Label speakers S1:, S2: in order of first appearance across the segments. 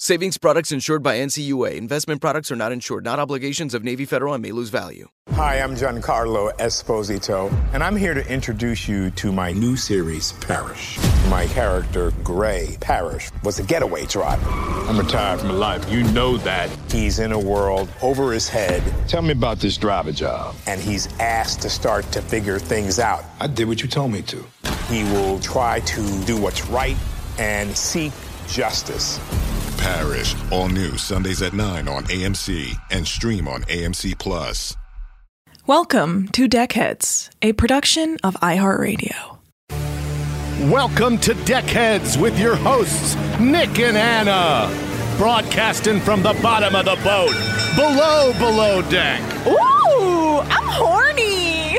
S1: Savings products insured by NCUA. Investment products are not insured, not obligations of Navy Federal and may lose value.
S2: Hi, I'm Giancarlo Esposito, and I'm here to introduce you to my new series, Parish. My character, Gray Parish, was a getaway driver. I'm retired from life. You know that. He's in a world over his head,
S3: Tell me about this driver job.
S2: and he's asked to start to figure things out.
S3: I did what you told me to.
S2: He will try to do what's right and seek justice.
S4: Parish, all new Sundays at 9 on AMC and stream on AMC Plus.
S5: Welcome to Deckheads, a production of iHeartRadio.
S6: Welcome to Deckheads with your hosts, Nick and Anna. Broadcasting from the bottom of the boat, below, below deck.
S7: Ooh, I'm horny.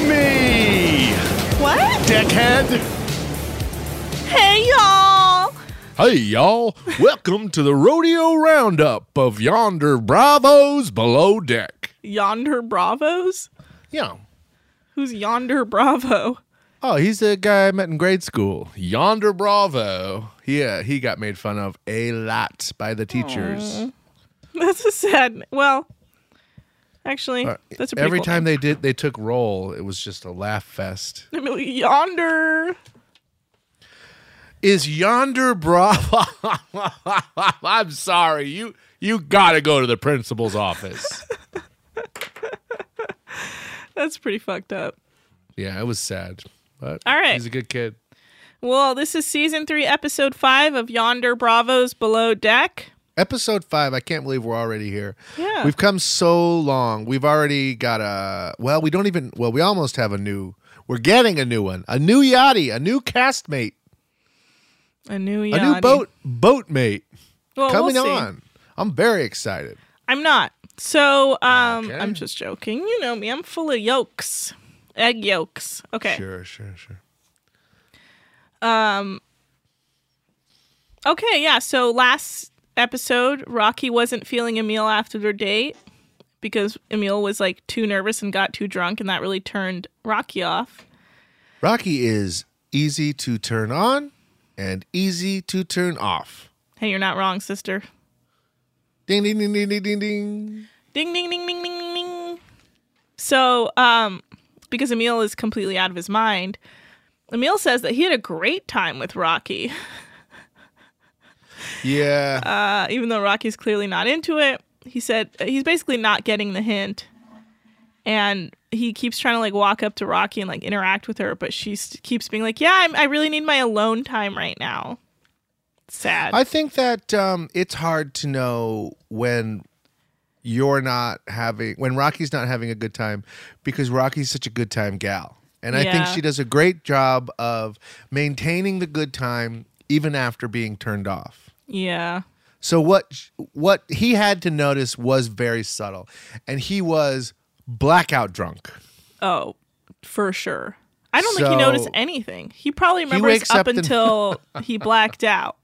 S6: me.
S7: What?
S6: Deckhead.
S7: Hey, y'all.
S8: Hey, y'all. Welcome to the rodeo roundup of yonder bravos below deck.
S9: Yonder Bravos?
S8: Yeah.
S9: Who's Yonder Bravo?
S8: Oh, he's a guy I met in grade school. Yonder bravo. Yeah, he got made fun of a lot by the teachers.
S9: That's a sad. Well, actually,
S8: Uh,
S9: that's a pretty
S8: Every
S9: cool
S8: time they did, they took roll. It was just a laugh fest.
S9: name. Yonder.
S8: Is yonder bravo? I'm sorry. You you got to go to the principal's office.
S9: That's pretty fucked up.
S8: yeah, it was sad. But
S9: All right.
S8: he's a good kid.
S9: Well, this is season three, episode five of Yonder Bravos Below Deck.
S8: Episode five. I can't believe we're already here.
S9: Yeah.
S8: We've come so long. We've already got a. Well, we don't even. Well, we almost have a new. We're getting a new one. A new yachty. A new castmate.
S9: A new
S8: A new
S9: yachty.
S8: boat. Boat mate.
S9: Well,
S8: coming
S9: we'll see.
S8: on. I'm very excited.
S9: I'm not. So um,
S8: Okay.
S9: I'm just joking. You know me. I'm full of yolks, egg yolks. Okay.
S8: Sure, sure, sure.
S9: Okay, yeah. So last episode, Rocky wasn't feeling Emil after their date because Emil was like too nervous and got too drunk, and that really turned Rocky off.
S8: Rocky is easy to turn on and easy to turn off.
S9: Hey, you're not wrong, sister.
S8: Ding, ding, ding, ding, ding, ding, ding.
S9: Ding, ding, ding, ding, ding, ding, ding. So, um, because Emil is completely out of his mind, Emil says that he had a great time with Rocky,
S8: Yeah.
S9: uh, even though Rocky's clearly not into it. He said he's basically not getting the hint. and he keeps trying to like walk up to Rocky and like interact with her, but she st- keeps being like, "Yeah, I'm, I really need my alone time right now." Sad.
S8: I think that um, it's hard to know when you're not having when Rocky's not having a good time because Rocky's such a good time gal. And I think
S9: Yeah.
S8: she does a great job of maintaining the good time even after being turned off.
S9: yeah,
S8: So what what he had to notice was very subtle and he was blackout drunk.
S9: Oh, for sure. I don't think he noticed
S8: So-
S9: anything. He probably
S8: He
S9: remembers
S8: wakes
S9: up,
S8: up and-
S9: until he blacked out.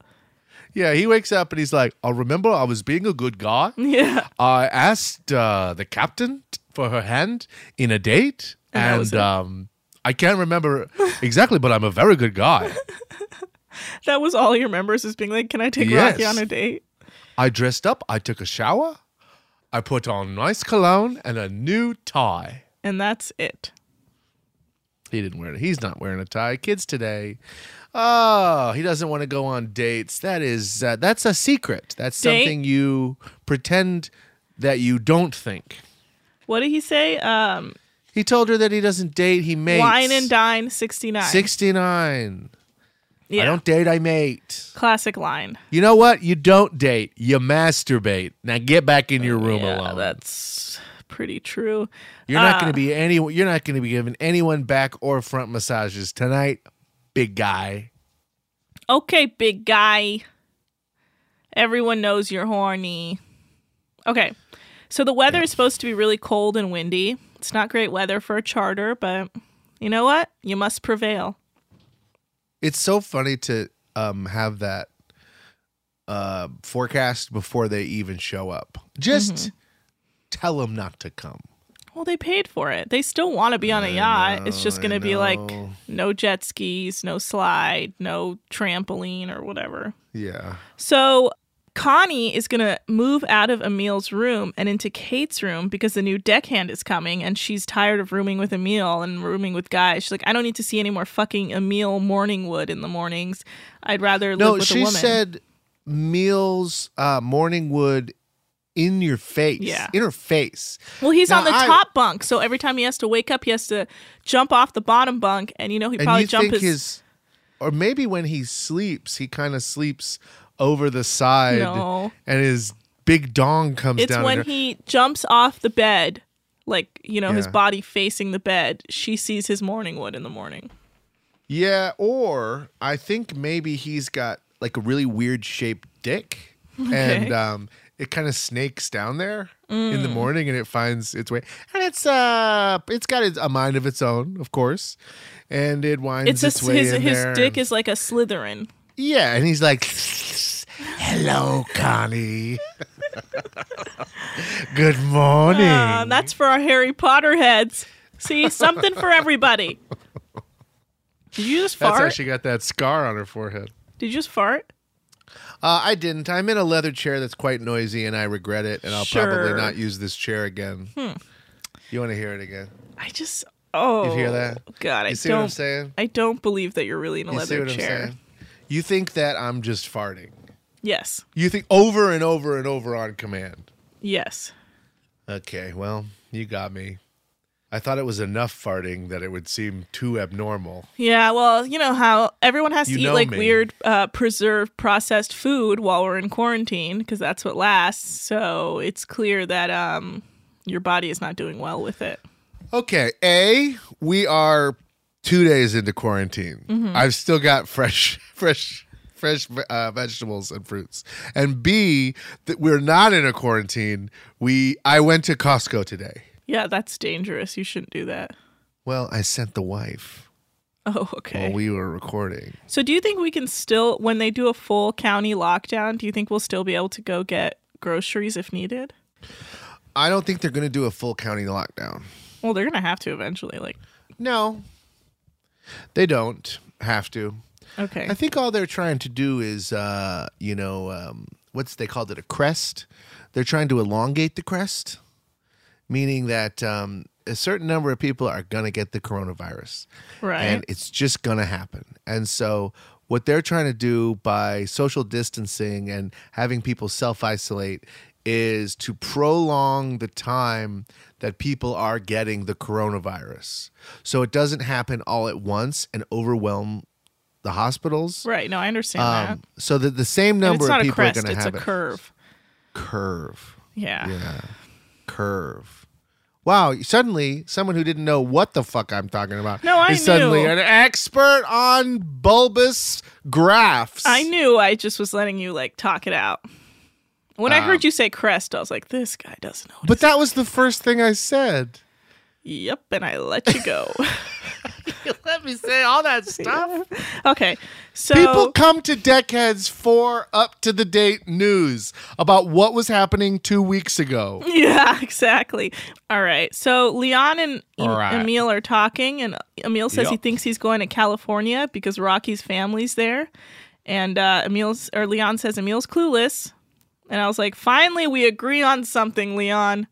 S8: Yeah, he wakes up and he's like, "I remember I was being a good guy.
S9: Yeah.
S8: I asked uh, the captain t- for her hand in a date,
S9: And that
S8: and,
S9: was it.
S8: um, I can't remember exactly, but I'm a very good guy.
S9: That was all he remembers is being like, "Can I take Rocky
S8: Yes.
S9: on a date?"
S8: I dressed up. I took a shower. I put on nice cologne and a new tie.
S9: And that's it.
S8: He didn't wear it. He's not wearing a tie. Kids today." Oh, he doesn't want to go on dates. That is uh, that's a secret. That's
S9: Date?
S8: something you pretend that you don't think.
S9: What did he say? Um,
S8: He told her that he doesn't date. He mates.
S9: wine and dine, sixty nine.
S8: 69.
S9: Yeah.
S8: I don't date, I mate.
S9: Classic line.
S8: You know what? You don't date, you masturbate. Now get back in
S9: Oh,
S8: your room alone.
S9: That's pretty true.
S8: You're not
S9: Uh,
S8: going to be any you're not going to be giving anyone back or front massages tonight, big guy.
S9: Okay, big guy. Everyone knows you're horny. Okay. So the weather is supposed to be really cold and windy. It's not great weather for a charter, but you know what? You must prevail.
S8: It's so funny to um have that uh forecast before they even show up. Just
S9: Mm-hmm.
S8: tell them not to come.
S9: Well, they paid for it. They still want to be on a yacht. it's just going to be like no jet skis, no slide, no trampoline or whatever.
S8: Yeah.
S9: So Connie is going to move out of Emile's room and into Kate's room because the new deckhand is coming and she's tired of rooming with Emile and rooming with guys. She's like, I don't need to see any more fucking Emile Morningwood in the mornings. I'd rather
S8: No,
S9: live with
S8: she
S9: a woman.
S8: said meals, uh, morning wood in your face.
S9: Yeah.
S8: In her face.
S9: well, he's
S8: Now,
S9: on the
S8: I-
S9: top bunk, so every time he has to wake up, he has to jump off the bottom bunk, and you know he
S8: And
S9: probably
S8: you
S9: jump
S8: think
S9: his,
S8: his or maybe when he sleeps, he kind of sleeps over the side
S9: No.
S8: and his big dong comes
S9: It's
S8: down.
S9: when
S8: and-
S9: he jumps off the bed, like you know his
S8: Yeah.
S9: body facing the bed. She sees his Morningwood in the morning.
S8: Yeah, or I think maybe he's got like a really weird shaped dick.
S9: Okay. Mm.
S8: And um it kind of snakes down there in the morning and it finds its way. And it's uh it's got its- a mind of its own, of course. And it winds
S9: It's
S8: its,
S9: just
S8: way
S9: his
S8: in
S9: his
S8: there.
S9: dick is like a Slytherin.
S8: Yeah, and he's like, "Hello, Connie. Good morning."
S9: Uh, that's for our Harry Potter heads. See, something for everybody. Did you just
S8: That's how
S9: fart?
S8: she got that scar on her forehead.
S9: Did you just fart?
S8: Uh, I didn't. I'm in a leather chair that's quite noisy, and I regret it. And I'll
S9: Sure. Hmm.
S8: probably not use this chair again. You want to hear it again?
S9: I just oh.
S8: You hear that?
S9: God, I
S8: You see
S9: don't.
S8: what I'm saying?
S9: I don't believe that you're really in a
S8: You see
S9: leather
S8: what I'm
S9: chair.
S8: saying? You think that I'm just farting?
S9: Yes.
S8: You think over and over and over on command?
S9: Yes.
S8: Okay, well, you got me. I thought it was enough farting that it would seem too abnormal.
S9: Yeah, well, you know how everyone has
S8: You
S9: to eat
S8: know
S9: like
S8: me.
S9: weird uh, preserved processed food while we're in quarantine because that's what lasts. So it's clear that um, your body is not doing well with it.
S8: Okay, A, we are two days into quarantine. I've still got fresh, fresh, fresh uh, vegetables and fruits. And B, that we're not in a quarantine. We I went to Costco today.
S9: Yeah, that's dangerous. You shouldn't do that.
S8: Well, I sent the wife
S9: Oh, okay.
S8: while we were recording.
S9: so do you think we can still, when they do a full county lockdown, do you think we'll still be able to go get groceries if needed?
S8: I don't think they're going to do a full county lockdown.
S9: Well, they're gonna have to eventually. Like,
S8: No, they don't have to.
S9: okay,
S8: I think all they're trying to do is, uh, you know, um, what's they called it a crest. They're trying to elongate the crest, meaning that um, a certain number of people are gonna get the coronavirus,
S9: right.
S8: and it's just gonna happen. And so, what they're trying to do by social distancing and having people self isolate is to prolong the time that people are getting the coronavirus, so it doesn't happen all at once and overwhelm the hospitals
S9: right. No, I understand that.
S8: um, so that the same
S9: And
S8: number
S9: it's not
S8: of
S9: a
S8: people
S9: crest;
S8: are going to
S9: it's
S8: have
S9: a
S8: it.
S9: curve.
S8: curve.
S9: yeah.
S8: Yeah. Curve. Wow, suddenly someone who didn't know what the fuck I'm talking about
S9: No, I
S8: is suddenly
S9: knew.
S8: an expert on bulbous graphs.
S9: I knew I just was letting you like talk it out.
S8: Um,
S9: When I heard you say crest, I was like, this guy doesn't know. What
S8: But that was the first thing I said.
S9: Yep, and I let you go.
S8: Let me say all that stuff.
S9: okay, so
S8: People come to Deckheads for up to the date news about what was happening two weeks ago.
S9: Yeah, exactly. All right. So Leon and em-
S8: All right.
S9: Emil are talking, and Emil says he
S8: Yep.
S9: thinks he's going to California because Rocky's family's there. And uh, Emil's or Leon says Emil's clueless. And I was like, finally, we agree on something, Leon.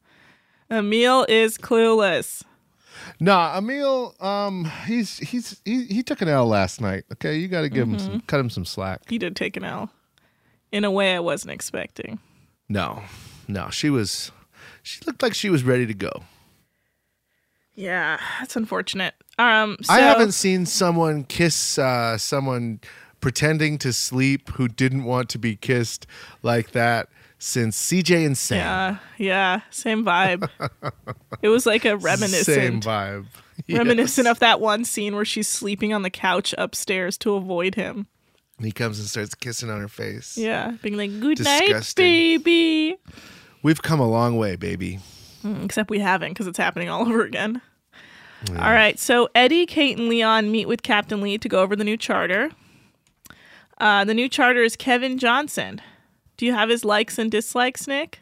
S9: Emil is clueless.
S8: Nah, Emil, um, he's he's he, he took an L last night. Okay, you got to give him
S9: Mm-hmm.
S8: some, cut him some slack.
S9: He did take an L in a way I wasn't expecting.
S8: No, no, she was, she looked like she was ready to go.
S9: Yeah, that's unfortunate. Um, so,
S8: I haven't seen someone kiss uh, someone pretending to sleep who didn't want to be kissed like that since CJ and Sam.
S9: Yeah, uh, yeah, same vibe. it was like a reminiscent.
S8: Same vibe.
S9: reminiscent
S8: Yes.
S9: of that one scene where she's sleeping on the couch upstairs to avoid him.
S8: And he comes and starts kissing on her face.
S9: Yeah, being like, "Good night,
S8: Disgusting.
S9: baby."
S8: We've come a long way, baby.
S9: Mm, Except we haven't because it's happening all over again. All right, so Eddie, Kate, and Leon meet with Captain Lee to go over the new charter. Uh, the new charter is Kevin Johnson. Do you have his likes and dislikes, Nick?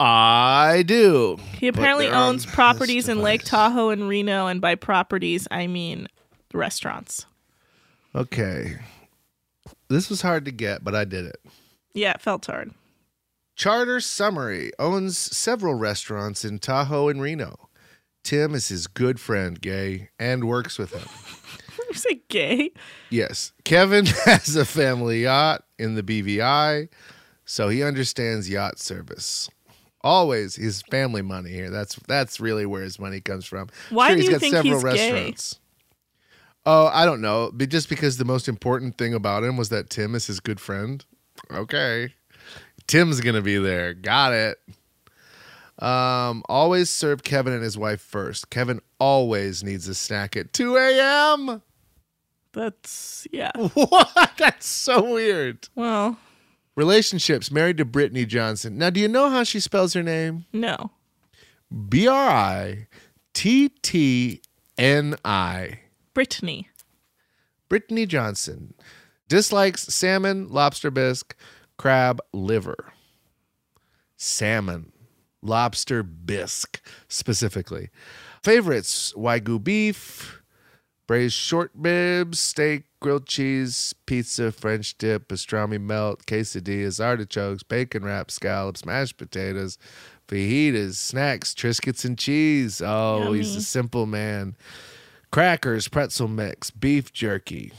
S8: I do.
S9: He apparently owns properties in Lake Tahoe and Reno, and by properties, I mean restaurants.
S8: Okay. This was hard to get, but I did it.
S9: Yeah, it felt hard.
S8: Charter Summary owns several restaurants in Tahoe and Reno. Tim is his good friend, gay, and works with him.
S9: you say gay?
S8: Yes. Kevin has a family yacht in the BVI, so he understands yacht service. Always his family money here. That's that's really where his money comes from.
S9: Why
S8: Sure,
S9: do
S8: he's
S9: you
S8: got
S9: think
S8: several
S9: he's gay?
S8: restaurants. Oh, I don't know. But just because the most important thing about him was that Tim is his good friend. Okay. Tim's gonna be there. Got it. Um, always serve Kevin and his wife first. Kevin always needs a snack at 2 a.m.
S9: That's yeah.
S8: What? That's so weird.
S9: Well,
S8: Relationships married to Brittany Johnson. Now, do you know how she spells her name?
S9: no.
S8: B R I T T N I.
S9: Brittany.
S8: Brittany Johnson dislikes salmon, lobster bisque, crab, liver. Salmon, lobster bisque specifically. Favorites Wagyu beef, braised short ribs, steak, grilled cheese, pizza, French dip, pastrami melt, quesadillas, artichokes, bacon wraps, scallops, mashed potatoes, fajitas, snacks, triscuits, and cheese. Oh, he's a
S9: Yummy.
S8: simple man. Crackers, pretzel mix, beef jerky.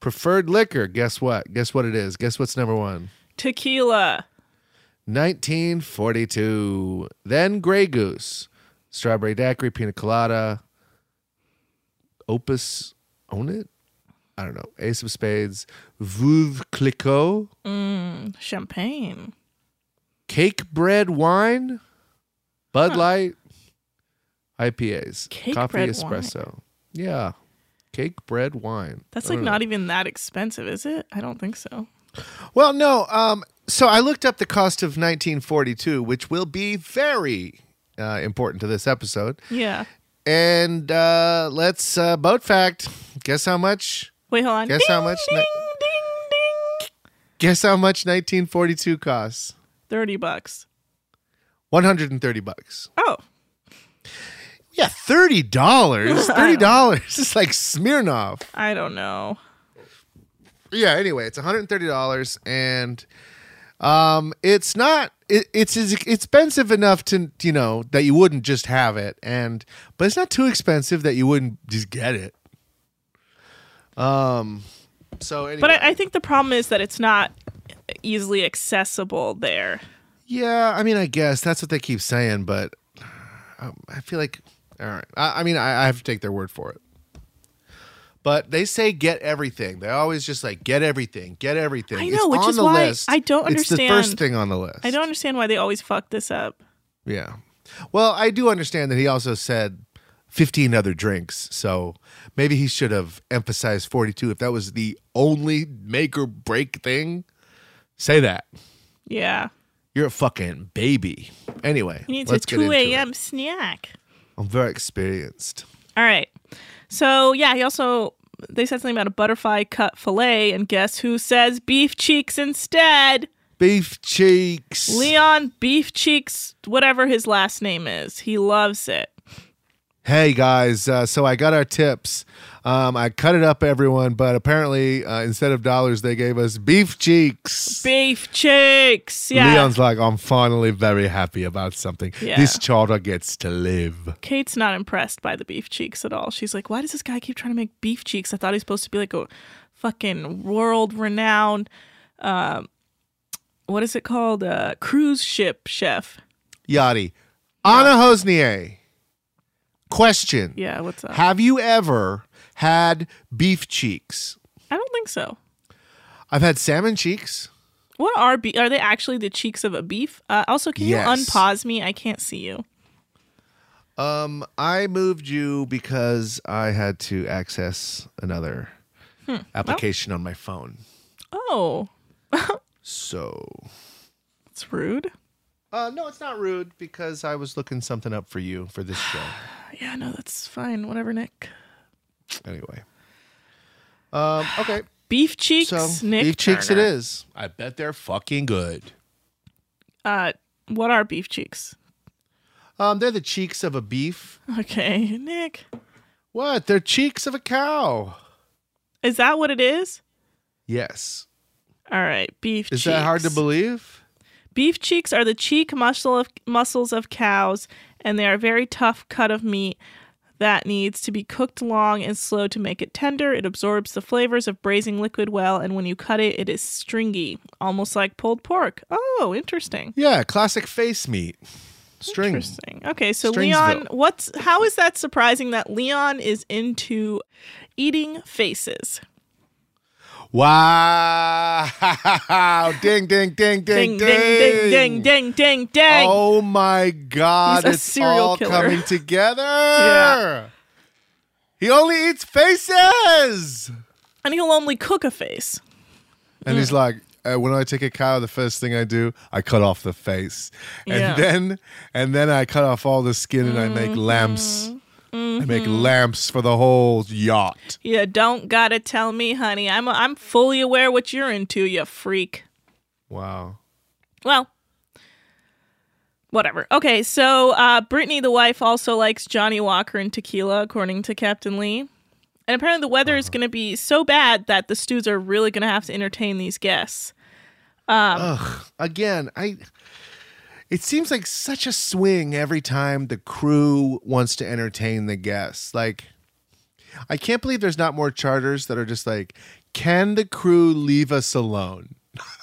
S8: Preferred liquor, guess what? Guess what it is? Guess what's number one?
S9: Tequila.
S8: 1942. Then Grey Goose, Strawberry Daiquiri, Pina Colada, Opus Onit? I don't know. Ace of Spades, Veuve Clicquot,
S9: Mm, champagne.
S8: Cake Bread Wine, Bud Light, IPAs,
S9: Cake
S8: Coffee
S9: bread
S8: Espresso. Yeah. Cake Bread Wine.
S9: That's
S8: I
S9: like
S8: don't know.
S9: not even that expensive, is it? I don't think so.
S8: Well, no. Um, so I looked up the cost of 1942, which will be very uh, important to this episode.
S9: Yeah.
S8: And uh, let's uh, boat fact. Guess how much?
S9: Wait, hold on.
S8: Guess how much
S9: Ding,
S8: ni-
S9: ding, ding.
S8: Guess how much 1942 costs?
S9: Thirty bucks.
S8: 130 bucks.
S9: Oh,
S8: Yeah, thirty dollars. Thirty dollars. It's like Smirnoff.
S9: I don't know.
S8: Yeah. Anyway, it's 130 dollars, and um, it's not. It, it's it's expensive enough to you know that you wouldn't just have it, and but it's not too expensive that you wouldn't just get it. Um. So anyway,
S9: But I, I think the problem is that it's not easily accessible there.
S8: yeah. I mean, I guess that's what they keep saying, but um, I feel like all right. I, I mean, I, I have to take their word for it. But they say get everything. They always just like get everything, get everything.
S9: I
S8: it's
S9: know, which
S8: on
S9: is
S8: the
S9: why
S8: list.
S9: I don't
S8: It's the first
S9: understand-
S8: thing on the list.
S9: I don't understand why they always fuck this up.
S8: Yeah. Well, I do understand that he also said 15 other drinks. So maybe he should have emphasized 42 if that was the only make or break thing. Say that.
S9: Yeah.
S8: You're a fucking baby. Anyway,
S9: He needs
S8: let's
S9: a
S8: get into
S9: two
S8: it.
S9: a.m. snack.
S8: I'm very experienced.
S9: All right. So yeah, he also they said something about a butterfly cut fillet, and guess who says beef cheeks instead?
S8: Beef cheeks.
S9: Leon Beef Cheeks, whatever his last name is, he loves it.
S8: Hey guys, uh, so I got our tips. Um, I cut it up, everyone, but apparently uh, instead of dollars, they gave us beef cheeks.
S9: Beef cheeks, yeah.
S8: Leon's like, I'm finally very happy about something.
S9: Yeah.
S8: This charter gets to live.
S9: Kate's not impressed by the beef cheeks at all. She's like, why does this guy keep trying to make beef cheeks? I thought he's supposed to be like a fucking world renowned, uh, what is it called? Uh, cruise ship chef.
S8: Yachty. Anna Hosnier. Question.
S9: Yeah, what's up?
S8: Have you ever had beef cheeks?
S9: I don't think so.
S8: I've had salmon cheeks.
S9: What are be- are they actually the cheeks of a beef? Uh, also, can
S8: Yes.
S9: you unpause me? I can't see you.
S8: Um, I moved you because I had to access another
S9: Hmm. Well-
S8: application on my phone.
S9: Oh,
S8: So
S9: it's rude.
S8: Uh, no, it's not rude because I was looking something up for you for this show.
S9: Uh, Yeah, no, that's fine. Whatever, Nick.
S8: Anyway. Um, okay.
S9: Beef cheeks,
S8: So,
S9: Nick.
S8: beef cheeks it
S9: Turner.
S8: is. I bet they're fucking good.
S9: Uh, what are beef cheeks?
S8: Um, they're the cheeks of a beef.
S9: Okay, Nick.
S8: What? They're cheeks of a cow.
S9: Is that what it is?
S8: Yes.
S9: All right, beef
S8: Is
S9: cheeks.
S8: that hard to believe?
S9: Beef cheeks are the cheek muscle of, muscles of cows, and they are a very tough cut of meat that needs to be cooked long and slow to make it tender. It absorbs the flavors of braising liquid well, and when you cut it, it is stringy, almost like pulled pork. Oh, interesting.
S8: Yeah, classic face meat. String.
S9: Interesting. Okay, so
S8: Stringsville.
S9: Leon, what's how is that surprising that Leon is into eating faces?
S8: Wow. ding, ding, ding, ding, ding,
S9: Ding ding ding ding ding ding ding.
S8: Oh my God!
S9: He's a
S8: it's
S9: serial
S8: all
S9: killer.
S8: coming together.
S9: Yeah.
S8: He only eats faces,
S9: And he'll only cook a face.
S8: and
S9: Mm.
S8: he's like, uh, when I take a cow, the first thing I do, I cut off the face, and
S9: Yeah. Mm-hmm.
S8: then and then I cut off all the skin, and I make lamps. I make lamps for the whole yacht.
S9: You don't gotta tell me, honey. I'm I'm fully aware what you're into, you freak.
S8: Wow.
S9: Well, whatever. Okay, so uh, Brittany, the wife, also likes Johnny Walker and tequila, according to Captain Lee. And apparently, the weather
S8: Uh-huh.
S9: is going to be so bad that the stews are really going to have to entertain these guests.
S8: Ugh. Again, I. It seems like such a swing every time the crew wants to entertain the guests. Like, I can't believe there's not more charters that are just like, can the crew leave us alone?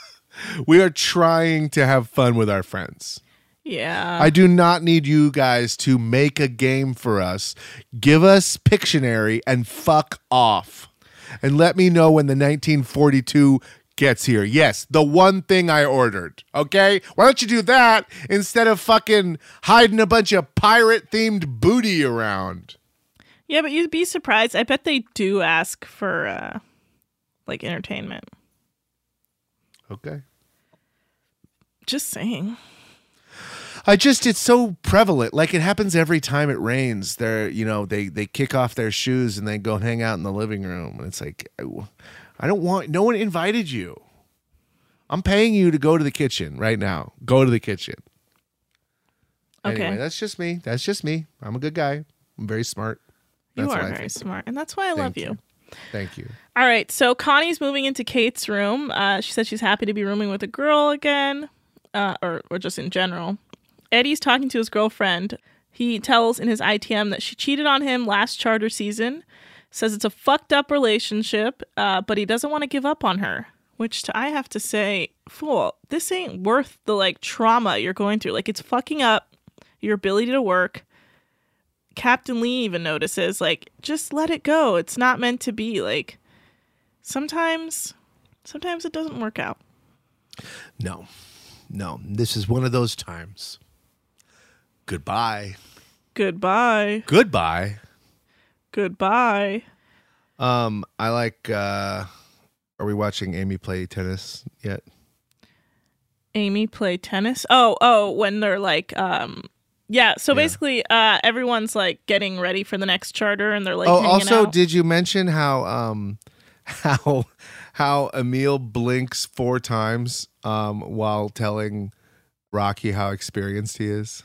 S8: we are trying to have fun with our friends.
S9: Yeah.
S8: I do not need you guys to make a game for us. Give us Pictionary and fuck off. And let me know when the 1942 gets here. Yes, the one thing I ordered. Okay? Why don't you do that instead of fucking hiding a bunch of pirate themed booty around?
S9: yeah, but you'd be surprised. I bet they do ask for uh, like entertainment.
S8: Okay.
S9: Just saying.
S8: I just it's so prevalent. Like it happens every time it rains. They're you know they they kick off their shoes and they go hang out in the living room. And it's like I w- I don't want. No one invited you. I'm paying you to go to the kitchen right now. Go to the kitchen.
S9: Okay.
S8: Anyway, that's just me. That's just me. I'm a good guy. I'm very smart. That's
S9: you
S8: what
S9: are
S8: I
S9: very
S8: think.
S9: smart, and that's why I love
S8: Thank
S9: you.
S8: you. Thank you.
S9: All right, so Connie's moving into Kate's room. Uh, she said she's happy to be rooming with a girl again, uh, or or just in general. Eddie's talking to his girlfriend. He tells in his ITM that she cheated on him last charter season. Says it's a fucked up relationship, uh, but he doesn't want to give up on her. Which to, I have to say, fool, this ain't worth the like trauma you're going through. Like it's fucking up your ability to work. Captain Lee even notices, like, just let it go. It's not meant to be. Like, sometimes sometimes it doesn't work out
S8: No, no. This is one of those times. Goodbye.
S9: goodbye
S8: Goodbye.
S9: goodbye
S8: Um, I like. uh Are we watching Amy play tennis yet?
S9: amy play tennis oh oh when they're like um Yeah. So basically, uh, everyone's like getting ready for the next charter, and they're like,
S8: oh,
S9: hanging
S8: also,
S9: out.
S8: did you mention how um how how Emil blinks four times um while telling Rocky how experienced he is?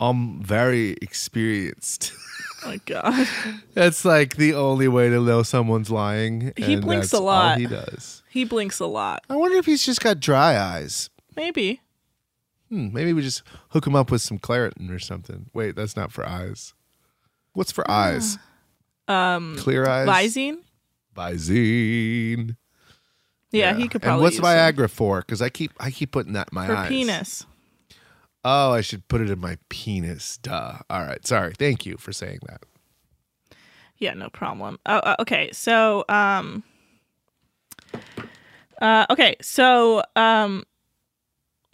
S8: I'm Um, very experienced.
S9: oh my god,
S8: that's like the only way to know someone's lying.
S9: He
S8: and
S9: blinks
S8: that's
S9: a
S8: all
S9: lot.
S8: he does.
S9: he blinks a lot.
S8: I wonder if he's just got dry eyes.
S9: Maybe.
S8: Hmm, maybe we just hook him up with some Claritin or something. Wait, that's not for eyes. What's for eyes?
S9: Ah. Um,
S8: Clear eyes?
S9: Visine.
S8: Visine.
S9: Yeah, he could probably.
S8: and what's
S9: use
S8: Viagra for? Because I keep I keep putting that in my
S9: Her
S8: eyes.
S9: penis.
S8: Oh, I should put it in my penis. Duh. All right. Sorry. Thank you for saying that.
S9: Yeah, no problem. Oh, uh, okay. So, um, uh, okay. So, um,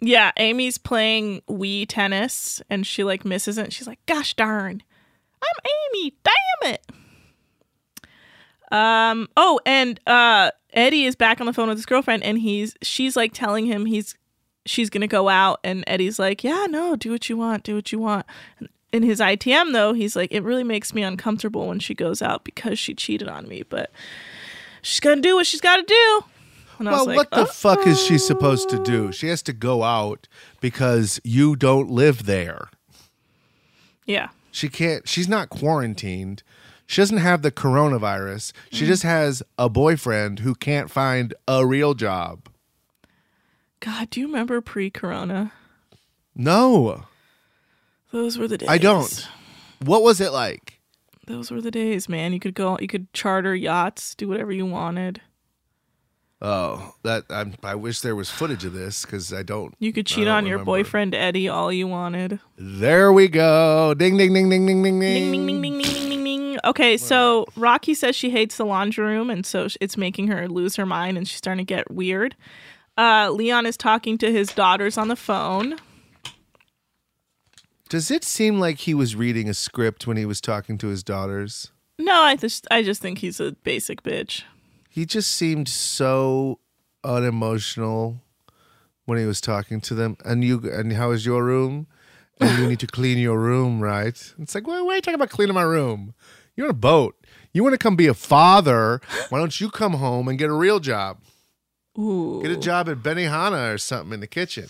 S9: yeah, Amy's playing Wii tennis and she like misses it. She's like, gosh darn, I'm Amy. Damn it. Um, oh, and, uh, Eddie is back on the phone with his girlfriend and he's, she's like telling him he's, she's going to go out. And Eddie's like, yeah, no, do what you want, do what you want in his ITM though, he's like, it really makes me uncomfortable when she goes out because she cheated on me, but she's gonna do what she's gotta do. And I
S8: well,
S9: was like,
S8: what the
S9: "Oh."
S8: fuck is she supposed to do? She has to go out because you don't live there.
S9: Yeah.
S8: She can't. She's not quarantined. She doesn't have the coronavirus. She just has a boyfriend who can't find a real job.
S9: God, do you remember pre corona?
S8: No,
S9: Those were the days.
S8: I don't. What was it like?
S9: Those were the days, man. You could go you could charter yachts, do whatever you wanted.
S8: Oh, that I'm, I wish there was footage of this because I don't.
S9: You could
S8: I
S9: cheat
S8: don't
S9: on your
S8: remember.
S9: boyfriend Eddie all you wanted.
S8: There we go. Ding, ding, ding, ding, ding, ding,
S9: Ding
S8: ding.
S9: ding ding ding ding ding ding. Okay, so Rocky says she hates the laundry room, and so sh- it's making her lose her mind, and she's starting to get weird. Uh, Leon is talking to his daughters on the phone.
S8: Does it seem like he was reading a script when he was talking to his daughters?
S9: No, I just I just think he's a basic bitch.
S8: He just seemed so unemotional when he was talking to them. And you and how is your room? And you need to clean your room, right? It's like, well, why are you talking about cleaning my room? You're on a boat. You want to come be a father? Why don't you come home and get a real job?
S9: Ooh,
S8: Get a job at Benihana or something in the kitchen.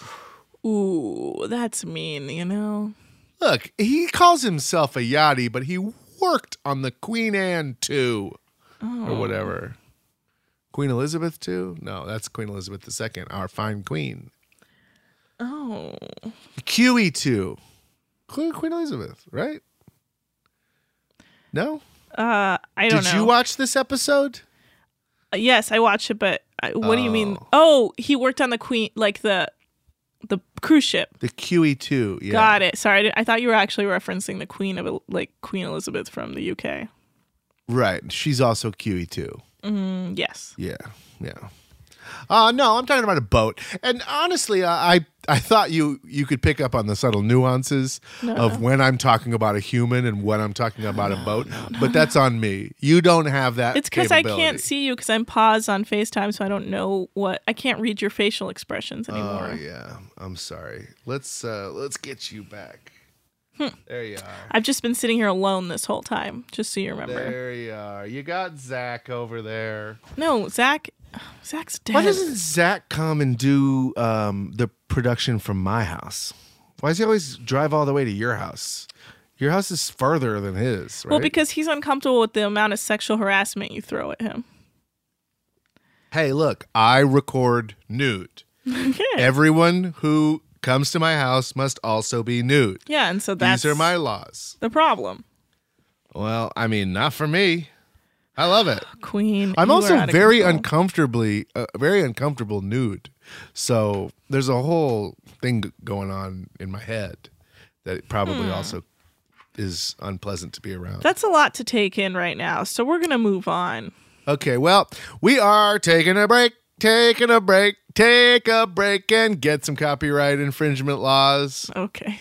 S9: ooh, that's mean, you know.
S8: Look, he calls himself a yachty, but he worked on the Queen Anne too,
S9: Oh.
S8: or whatever. Queen Elizabeth too? No, that's Queen Elizabeth II, our fine queen.
S9: Oh,
S8: QE2. Queen Queen Elizabeth, right? No?
S9: uh, I don't
S8: Did
S9: know.
S8: you watch this episode?
S9: Uh, Yes, I watched it, but I, what do you mean? Oh, he worked on the Queen, like the the cruise ship.
S8: The QE2. Yeah.
S9: Got it. Sorry, I, did- I thought you were actually referencing the Queen of like Queen Elizabeth from the UK.
S8: Right. She's also QE2.
S9: Mm, yes.
S8: Yeah, yeah. Uh, no, I'm talking about a boat. And honestly, uh, I I- I thought you you could pick up on the subtle nuances of when I'm talking about a human and when I'm talking about a boat. but that's on me. You don't have that.
S9: It's because I can't
S8: capability.
S9: see you because I'm paused on FaceTime, so I don't know what I can't read your facial expressions anymore.
S8: Oh yeah, I'm sorry. Let's uh let's get you back.
S9: Hmm.
S8: There you are.
S9: I've just been sitting here alone this whole time, just so you remember.
S8: There you are. You got Zach over there.
S9: No, Zach, Zach's dead.
S8: Why doesn't Zach come and do um, the production from my house? Why does he always drive all the way to your house? Your house is further than his, right?
S9: Well, because he's uncomfortable with the amount of sexual harassment you throw at him.
S8: hey, look, I record nude. Everyone who comes to my house must also be nude.
S9: Yeah, and so that's
S8: These are my laws.
S9: the problem.
S8: Well, I mean, not for me. I love it.
S9: Queen.
S8: I'm
S9: you are
S8: also
S9: out of
S8: very
S9: control.
S8: uncomfortably, uh, very uncomfortable nude. So there's a whole thing g- going on in my head that probably also is unpleasant to be around.
S9: Hmm. That's a lot to take in right now, so we're gonna move on.
S8: okay, well, we are taking a break, taking a break, take a break, and get some copyright infringement laws.
S9: Okay.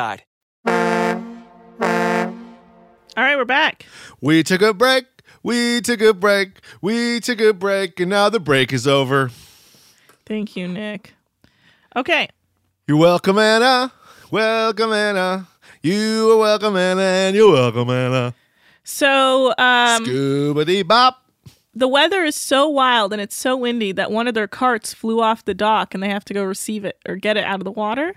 S10: All
S9: right, we're back.
S8: We took a break. We took a break. We took a break, and now the break is over.
S9: Thank you, Nick. Okay.
S8: You're welcome, Anna. Welcome, Anna. You are welcome, Anna, and you're welcome, Anna.
S9: So, um,
S8: scuba dee bop.
S9: The weather is so wild and it's so windy that one of their carts flew off the dock and they have to go receive it or get it out of the water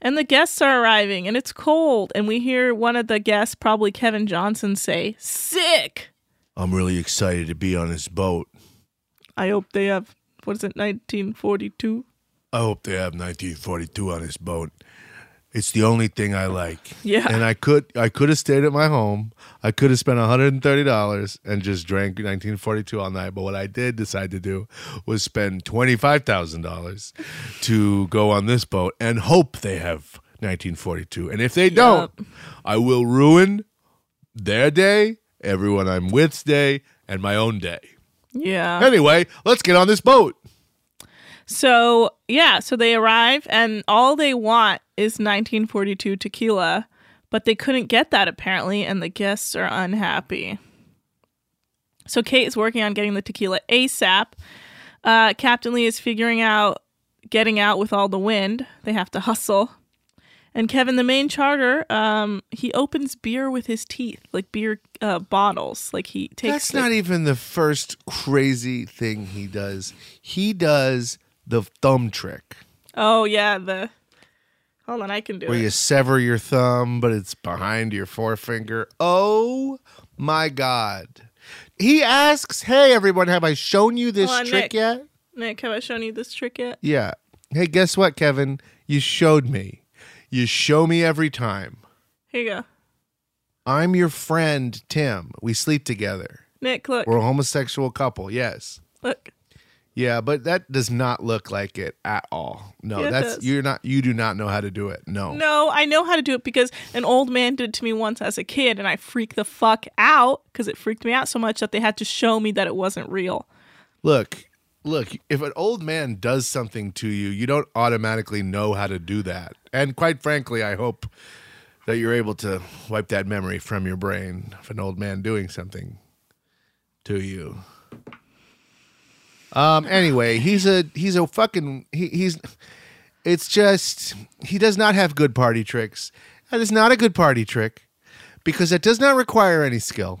S9: and the guests are arriving and it's cold and we hear one of the guests probably kevin johnson say sick
S11: i'm really excited to be on this boat
S9: i hope they have what is it 1942
S11: i hope they have 1942 on this boat it's the only thing i like
S9: yeah
S8: and i could i could have stayed at my home i could have spent $130 and just drank 1942 all night but what i did decide to do was spend $25000 to go on this boat and hope they have 1942 and if they yep. don't i will ruin their day everyone i'm with's day and my own day
S9: yeah
S8: anyway let's get on this boat
S9: so, yeah, so they arrive and all they want is 1942 tequila, but they couldn't get that apparently, and the guests are unhappy. So, Kate is working on getting the tequila ASAP. Uh, Captain Lee is figuring out getting out with all the wind. They have to hustle. And Kevin, the main charter, um, he opens beer with his teeth, like beer uh, bottles. Like he takes.
S8: That's
S9: like,
S8: not e- even the first crazy thing he does. He does the thumb trick.
S9: Oh yeah, the hold on, I can do
S8: where
S9: it.
S8: you sever your thumb, but it's behind your forefinger. Oh my god! He asks, "Hey everyone, have I shown you this
S9: on,
S8: trick
S9: Nick.
S8: yet?"
S9: Nick, have I shown you this trick yet?
S8: Yeah. Hey, guess what, Kevin? You showed me. You show me every time.
S9: Here you go,
S8: I'm your friend, Tim. We sleep together.
S9: Nick. Look,
S8: We're a homosexual couple. Yes.
S9: look.
S8: Yeah, but that does not look like it at all. No,
S9: Yeah, it
S8: that's
S9: does.
S8: you're not you do not know how to do it. No.
S9: No, I know how to do it because an old man did it to me once as a kid, and I freaked the fuck out because it freaked me out so much that they had to show me that it wasn't real.
S8: Look, look, if an old man does something to you, you don't automatically know how to do that. And quite frankly, I hope that you're able to wipe that memory from your brain of an old man doing something to you. Um anyway, he's a he's a fucking he, he's it's just he does not have good party tricks. That is not a good party trick because it does not require any skill.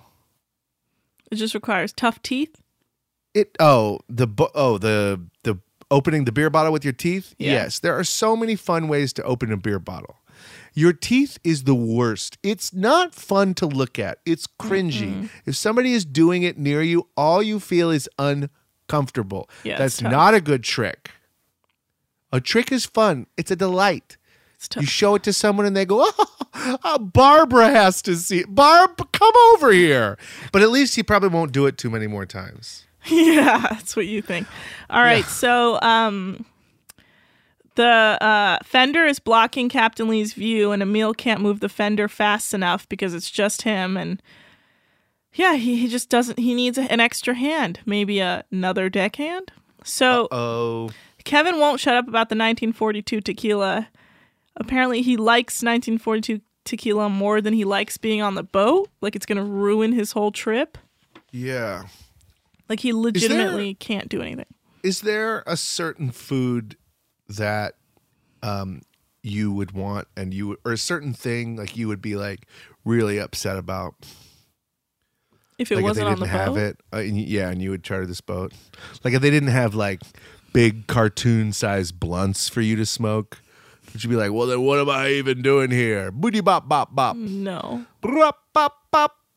S9: It just requires tough teeth.
S8: It oh the bo- oh the the opening the beer bottle with your teeth.
S9: Yeah.
S8: Yes, there are so many fun ways to open a beer bottle. Your teeth is the worst. It's not fun to look at. It's cringy. If somebody is doing it near you, all you feel is uncomfortable.
S11: Yeah, it's
S8: That's
S11: tough.
S8: not a good trick. A trick is fun. It's a delight. You show it to someone and they go, "Oh, uh, Barbara has to see it. Barb, come over here." But at least he probably won't do it too many more times.
S9: yeah, that's what you think. All right, so um, the uh, fender is blocking Captain Lee's view, and Emil can't move the fender fast enough because it's just him. And yeah, he, he just doesn't. He needs a- an extra hand, maybe a- another deckhand. So
S8: Oh,
S9: Kevin won't shut up about the 1942 tequila. Apparently, he likes 1942 tequila more than he likes being on the boat. Like it's gonna ruin his whole trip.
S8: yeah.
S9: Like he legitimately can't do anything.
S8: Is there a certain food that um you would want and you or a certain thing like you would be like really upset about?
S9: If it
S8: like
S9: wasn't
S8: if
S9: on
S8: they
S9: the
S8: didn't have
S9: boat,
S8: it, uh, and y- yeah, and you would charter this boat. Like if they didn't have like big cartoon sized blunts for you to smoke, would you be like, well, then what am I even doing here? Booty bop bop bop.
S9: Mm. no.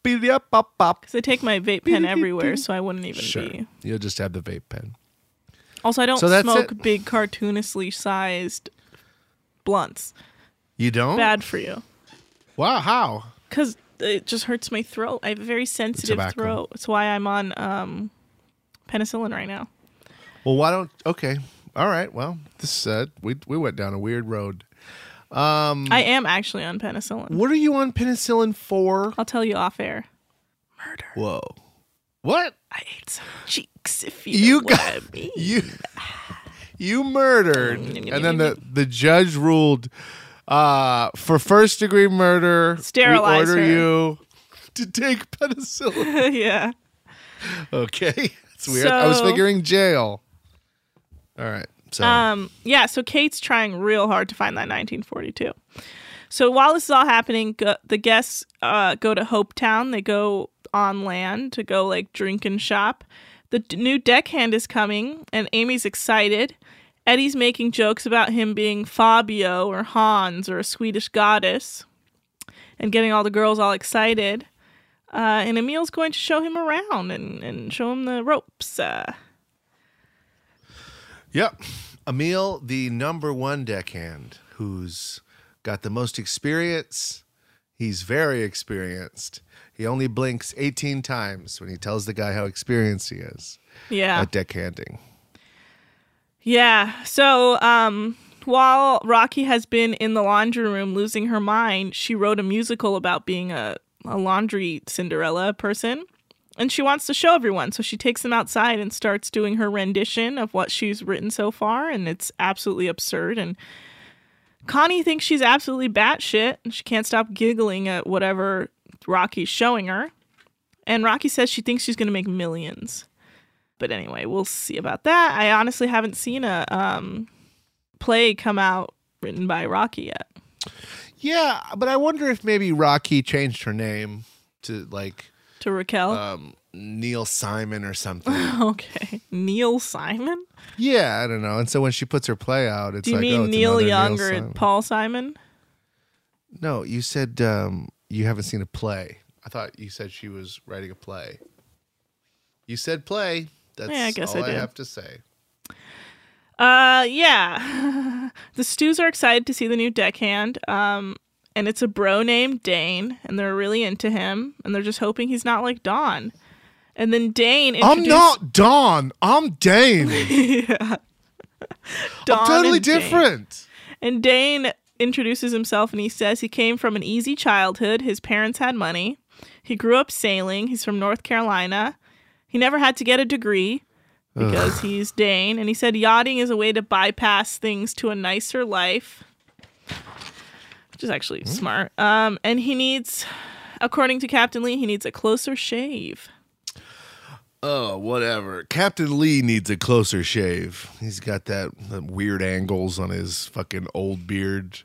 S8: Because
S9: I take my vape pen everywhere, so I wouldn't even be.
S8: You'll just have the vape pen.
S9: Also, I don't
S8: So that's
S9: smoke big cartoonishly sized blunts.
S8: You don't?
S9: Bad for you.
S8: Wow, how?
S9: Because it just hurts my throat. I have a very sensitive
S8: tobacco.
S9: throat. That's why I'm on um, penicillin right now.
S8: Well, why don't? Okay, all right. Well, this uh, we we went down a weird road. Um,
S9: I am actually on penicillin.
S8: What are you on penicillin for?
S9: I'll tell you off air.
S8: Whoa, what?
S9: I ate some cheeks. If you,
S8: You
S9: know
S8: got
S9: what I mean.
S8: you you murdered,
S9: Mm,
S8: and then the the judge ruled uh for first degree murder.
S9: Sterilize
S8: we order
S9: her.
S8: you to take penicillin.
S9: yeah.
S8: Okay, it's weird. I was
S9: So-
S8: figuring jail. All right, so
S9: Um, yeah, so Kate's trying real hard to find that 1942. So while this is all happening, go, the guests uh, go to Hopetown. They go on land to go like drink and shop. The d- new deckhand is coming, and Amy's excited. Eddie's making jokes about him being Fabio or Hans or a Swedish goddess and getting all the girls all excited. Uh, and Emil's going to show him around and, and show him the ropes. Uh,
S8: Yep. Emil, the number one deckhand who's got the most experience. He's very experienced. He only blinks 18 times when he tells the guy how experienced he is
S9: yeah.
S8: at deckhanding.
S9: Yeah. So, um, while Rocky has been in the laundry room losing her mind, she wrote a musical about being a, a laundry Cinderella person. And she wants to show everyone. So she takes them outside and starts doing her rendition of what she's written so far. And it's absolutely absurd. And Connie thinks she's absolutely batshit. And she can't stop giggling at whatever Rocky's showing her. And Rocky says she thinks she's going to make millions. But anyway, we'll see about that. I honestly haven't seen a um, play come out written by Rocky yet.
S8: Yeah, but I wonder if maybe Rocky changed her name to like
S9: To Raquel?
S8: um, Neil Simon or something.
S9: okay. Neil Simon?
S8: yeah, I don't know. And so when she puts her play out, it's
S9: Do you
S8: like
S9: mean
S8: oh, it's
S9: Neil
S8: another
S9: Young or
S8: Simon.
S9: Paul Simon?
S8: No, you said um, you haven't seen a play. I thought you said she was writing a play. You said play. That's
S9: Yeah, I guess
S8: all
S9: I
S8: I,
S9: did.
S8: have to say.
S9: Uh, yeah. the Stews are excited to see the new deckhand. Um, and it's a bro named Dane, and they're really into him, and they're just hoping he's not like Don. And then Dane
S8: I'm
S9: introduce-
S8: not Don. I'm Dane.
S9: yeah. Dawn
S8: totally
S9: and Dane.
S8: different.
S9: And Dane introduces himself and he says he came from an easy childhood. His parents had money. He grew up sailing. He's from North Carolina. He never had to get a degree because
S8: Ugh.
S9: he's Dane. And he said yachting is a way to bypass things to a nicer life, which is actually
S8: Hmm.
S9: smart. Um, and he needs, according to Captain Lee, he needs a closer shave.
S8: oh, whatever. Captain Lee needs a closer shave. He's got that, that weird angles on his fucking old beard.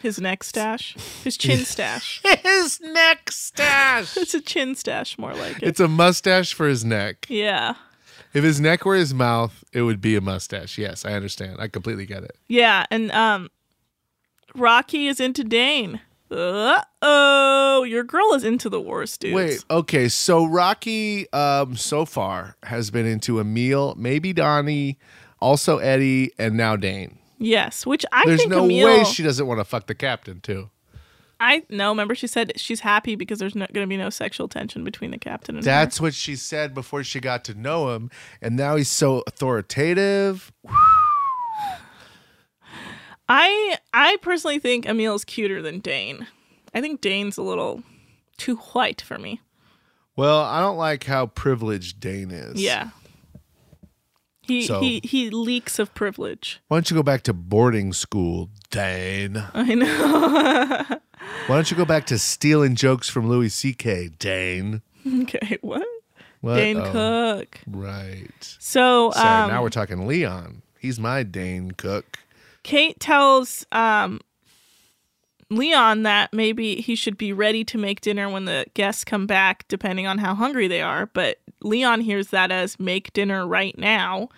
S9: His neck stash, his chin stash.
S8: His neck stash.
S9: it's a chin stash, more like it.
S8: It's a mustache for his neck.
S9: yeah.
S8: If his neck were his mouth, it would be a mustache. Yes, I understand. I completely get it.
S9: Yeah, and um Rocky is into Dane. Uh oh, your girl is into the worst dudes.
S8: Wait, okay. So Rocky, um, so far has been into Emil, maybe Donnie, also Eddie, and now Dane.
S9: Yes, which I
S8: there's
S9: think
S8: no
S9: Emil,
S8: way she doesn't want to fuck the captain too.
S9: I no. Remember, she said she's happy because there's not going to be no sexual tension between the captain and
S8: That's what she said before she got to know him, and now he's so authoritative.
S9: her. I I personally think Emil's cuter than Dane. I think Dane's a little too white for me.
S8: Well, I don't like how privileged Dane is.
S9: Yeah. He
S8: So-
S9: he he leaks of privilege.
S8: Why don't you go back to boarding school, Dane?
S9: I know.
S8: Why don't you go back to stealing jokes from Louis C.K., Dane?
S9: okay, what?
S8: What?
S9: Dane
S8: Oh,
S9: Cook.
S8: Right.
S9: So,
S8: Sorry,
S9: um,
S8: now we're talking Leon. He's my Dane Cook.
S9: Kate tells um, Leon that maybe he should be ready to make dinner when the guests come back, depending on how hungry they are. But Leon hears that as make dinner right now.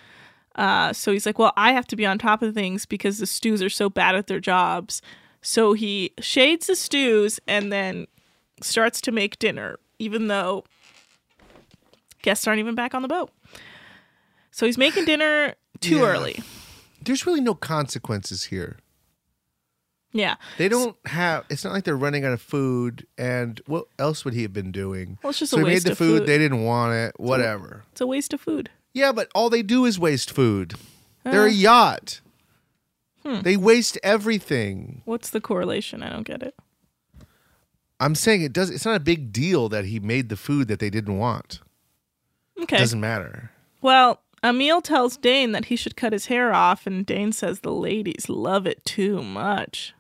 S9: Uh, so he's like, well, I have to be on top of things because the stews are so bad at their jobs. So he shades the stews and then starts to make dinner, even though guests aren't even back on the boat. So he's making dinner too
S8: Yeah.
S9: early.
S8: There's really no consequences here.
S9: Yeah.
S8: They don't have. It's not like they're running out of food. And what else would he have been doing?
S9: Well, it's just
S8: so
S9: a
S8: he
S9: waste
S8: made the
S9: of food.
S8: They didn't want it. Whatever.
S9: It's a waste of food.
S8: Yeah, but all they do is waste food. They're
S9: Uh.
S8: a yacht.
S9: Hmm.
S8: They waste everything.
S9: What's the correlation? I don't get it.
S8: I'm saying it does. It's not a big deal that he made the food that they didn't want.
S9: Okay.
S8: It doesn't matter.
S9: Well, Emil tells Dane that he should cut his hair off, and Dane says the ladies love it too much.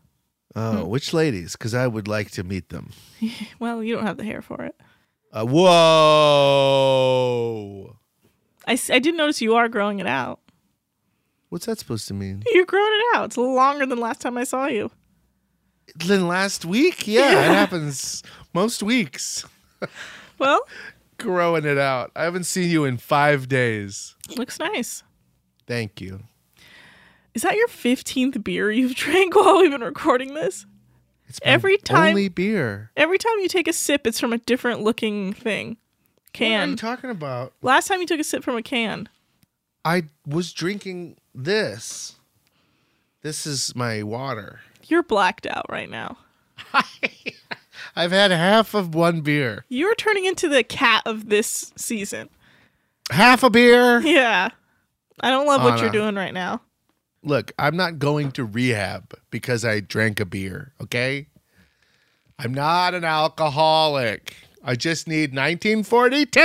S8: Oh,
S9: Hmm.
S8: which ladies? Because I would like to meet them.
S9: Well, you don't have the hair for it.
S8: Uh, whoa!
S9: I, s- I did notice you are growing it out.
S8: What's that supposed to mean?
S9: You're growing it out. It's longer than last time I saw you.
S8: Then last week? Yeah, it happens most weeks.
S9: Well,
S8: growing it out. I haven't seen you in five days.
S9: Looks nice.
S8: Thank you.
S9: Is that your 15th beer you've drank while we've been recording this?
S8: It's
S9: my Every time-
S8: only beer.
S9: Every time you take a sip, it's from a different looking thing. Can.
S8: What are you talking about?
S9: Last time you took a sip from a can.
S8: I was drinking this. This is my water.
S9: You're blacked out right now.
S8: I've had half of one beer.
S9: You're turning into the cat of this season.
S8: Half a beer.
S9: Yeah. I don't love what
S8: Anna.
S9: you're doing right now.
S8: Look, I'm not going to rehab because I drank a beer, okay? I'm not an alcoholic. I just need 1942.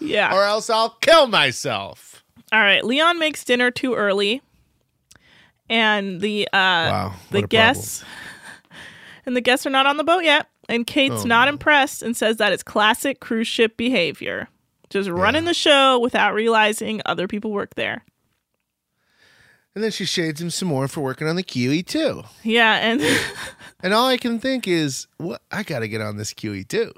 S9: Yeah.
S8: Or else I'll kill myself.
S9: All right. Leon makes dinner too early. And the uh the
S8: what a
S9: guests and the guests are not on the boat yet. And Kate's
S8: Oh,
S9: not impressed and says that it's classic cruise ship behavior. Just running the show without realizing other people work there.
S8: And then she shades him some more for working on the QE2.
S9: Yeah, and
S8: And all I can think is, what I got to get on this E QE2.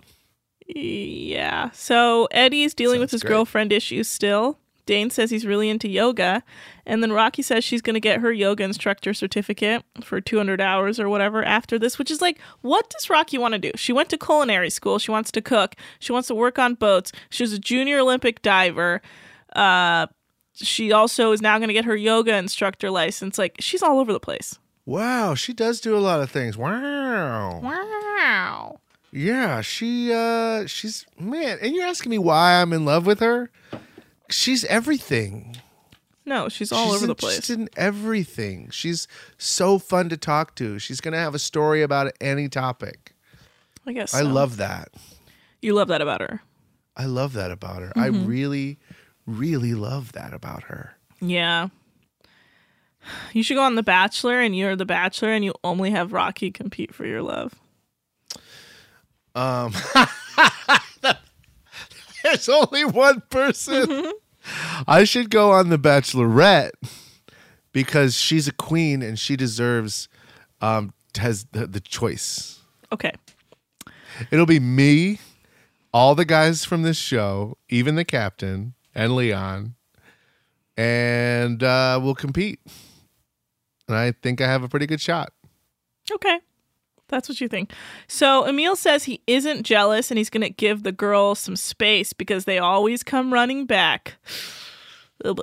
S9: Yeah. So Eddie's dealing with his
S8: great.
S9: girlfriend issues still. Dane says he's really into yoga. And then Rocky says she's going to get her yoga instructor certificate for 200 hours or whatever after this, which is like, what does Rocky want to do? She went to culinary school. She wants to cook. She wants to work on boats. She's a junior Olympic diver. Uh, she also is now going to get her yoga instructor license. Like, she's all over the place.
S8: Wow, she does do a lot of things. Wow.
S9: Wow.
S8: Yeah, she uh she's man, and you're asking me why I'm in love with her? She's everything.
S9: No, she's all over the place.
S8: She's in everything. She's so fun to talk to. She's gonna have a story about any topic.
S9: I guess.
S8: I
S9: so.
S8: love that.
S9: You love that about her.
S8: I love that about her. I
S9: Mhm.
S8: really, really love that about her.
S9: Yeah. You should go on The Bachelor and you're The Bachelor and you only have Rocky compete for your love.
S8: Um There's only one person. I should go on The Bachelorette because she's a queen and she deserves um has the, the choice.
S9: Okay.
S8: It'll be me, all the guys from this show, even the captain and Leon, and uh, we'll compete. And I think I have a pretty good shot.
S9: Okay. That's what you think. So Emil says he isn't jealous and he's going to give the girl some space because they always come running back. Oh boy.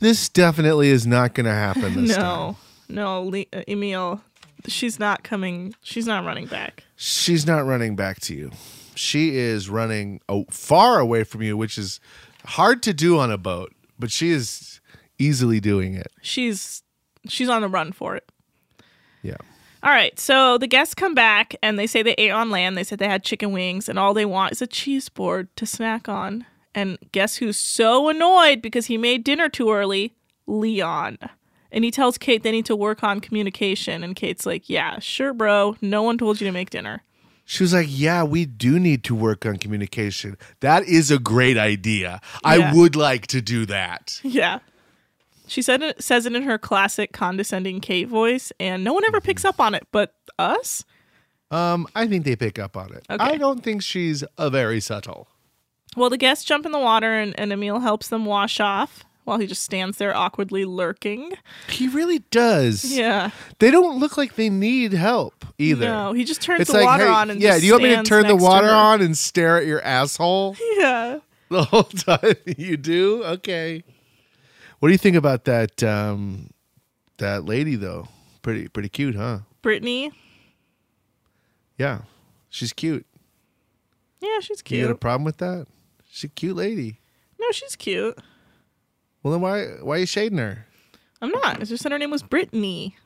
S8: This definitely is not going to happen this time.
S9: No, no, Le- uh, Emil, she's not coming. She's not running back.
S8: She's not running back to you. She is running oh, far away from you, which is hard to do on a boat, but she is easily doing it.
S9: She's she's on the run for it.
S8: Yeah.
S9: All right, so the guests come back and they say they ate on land. They said they had chicken wings and all they want is a cheese board to snack on. And guess who's so annoyed because he made dinner too early? Leon. And he tells Kate they need to work on communication. And Kate's like, Yeah, sure, bro. No one told you to make dinner.
S8: She was like, Yeah, we do need to work on communication. That is a great idea. I
S9: Yeah.
S8: would like to do that.
S9: Yeah. She said it, says it in her classic condescending Kate voice, and no one ever picks up on it but us.
S8: Um, I think they pick up on it.
S9: Okay.
S8: I don't think she's a very subtle.
S9: Well, the guests jump in the water, and, and Emil helps them wash off while he just stands there awkwardly lurking.
S8: He really does.
S9: Yeah.
S8: They don't look like they need help either.
S9: No, he just turns
S8: It's
S9: the
S8: like,
S9: water
S8: hey,
S9: on and
S8: yeah.
S9: just
S8: do you want me to
S9: stands
S8: turn the
S9: next to
S8: water
S9: her.
S8: on and stare at your asshole
S9: Yeah.
S8: the whole time? you do. Okay. What do you think about that? Um, that lady though, pretty pretty cute, huh?
S9: Brittany.
S8: Yeah, she's cute.
S9: Yeah, she's cute.
S8: You got a problem with that? She's a cute lady.
S9: no, she's cute.
S8: Well, then why why are you shading her?
S9: I'm not. I just said her name was Brittany.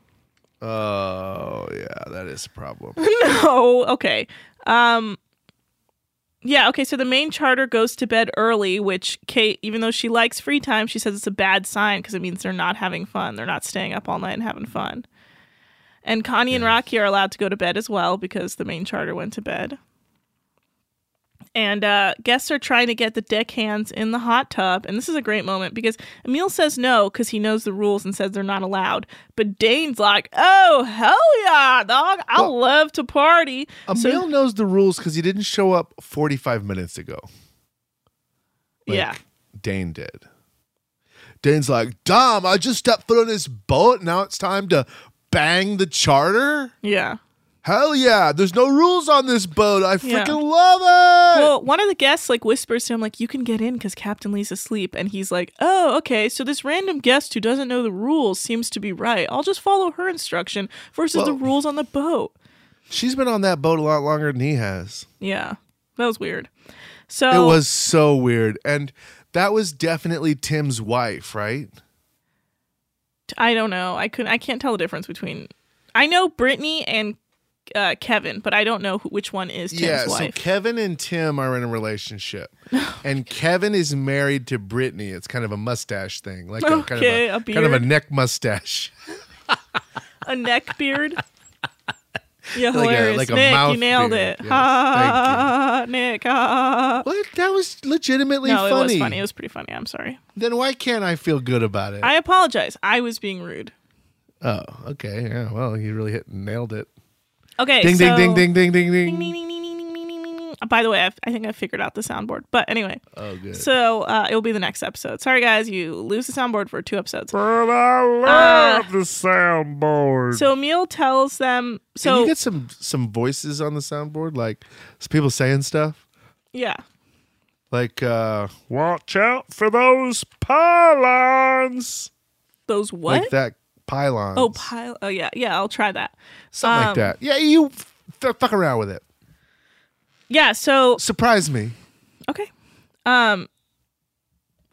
S8: Oh yeah, that is a problem.
S9: no. Oh, Okay. Um Yeah, okay, so the main charter goes to bed early, which Kate, even though she likes free time, she says it's a bad sign because it means they're not having fun. They're not staying up all night and having fun. And Connie and Rocky are allowed to go to bed as well because the main charter went to bed. And uh, guests are trying to get the deckhands in the hot tub. And this is a great moment because Emil says no because he knows the rules and says they're not allowed. But Dane's like, oh, hell yeah, dog. I love to party.
S8: Emil knows the rules because he didn't show up 45 minutes ago. Like,
S9: yeah.
S8: Dane did. Dane's like, Dom, I just stepped foot on this boat. Now it's time to bang the charter.
S9: Yeah.
S8: Hell yeah. There's no rules on this boat. I
S9: Yeah.
S8: freaking love it.
S9: Well, one of the guests like whispers to him like, "You can get in because Captain Lee's asleep," and he's like, "Oh, okay." So this random guest who doesn't know the rules seems to be right. I'll just follow her instruction versus the
S8: Well-
S9: rules on the boat.
S8: She's been on that boat a lot longer than he has.
S9: Yeah, that was weird. So
S8: It was so weird. And that was definitely Tim's wife, right?
S9: I don't know. I couldn't. I can't tell the difference between. I know Brittany and uh, Kevin, but I don't know who, which one is Tim's
S8: yeah,
S9: wife.
S8: so Kevin and Tim are in a relationship, and Kevin is married to Brittany. It's kind of a mustache thing, like a, kind of
S9: Okay,
S8: a,
S9: a
S8: kind of a
S9: beard.
S8: neck mustache,
S9: a neck beard. Yeah,
S8: Like a-
S9: hilarious.
S8: like a
S9: Nick,
S8: mouth
S9: you nailed
S8: beard.
S9: it.
S8: Yes,
S9: Ha, Nick. ah. Ha.
S8: What? That was legitimately
S9: no, it was
S8: funny.
S9: funny. It was pretty funny. I'm sorry.
S8: Then why can't I feel good about it?
S9: I apologize. I was being rude.
S8: oh, okay. Yeah. Well, you really hit nailed it.
S9: Okay.
S8: ding,
S9: so-
S8: ding, ding, ding, ding, ding, ding.
S9: By the way, I've, I think I figured out the soundboard. But anyway.
S8: Oh, good.
S9: So uh, it will be the next episode. Sorry, guys. You lose the soundboard for two episodes.
S8: I love the soundboard.
S9: Uh, So Emil tells them.
S8: Can
S9: So
S8: you get some some voices on the soundboard, like s- people saying stuff,
S9: yeah.
S8: like uh, "Watch out for those pylons."
S9: Those what?
S8: Like that pylon.
S9: oh, pile. Oh, yeah. Yeah. I'll try that.
S8: something
S9: Um,
S8: like that. Yeah, you f- f- fuck around with it.
S9: Yeah. So
S8: Surprise me.
S9: Okay. Um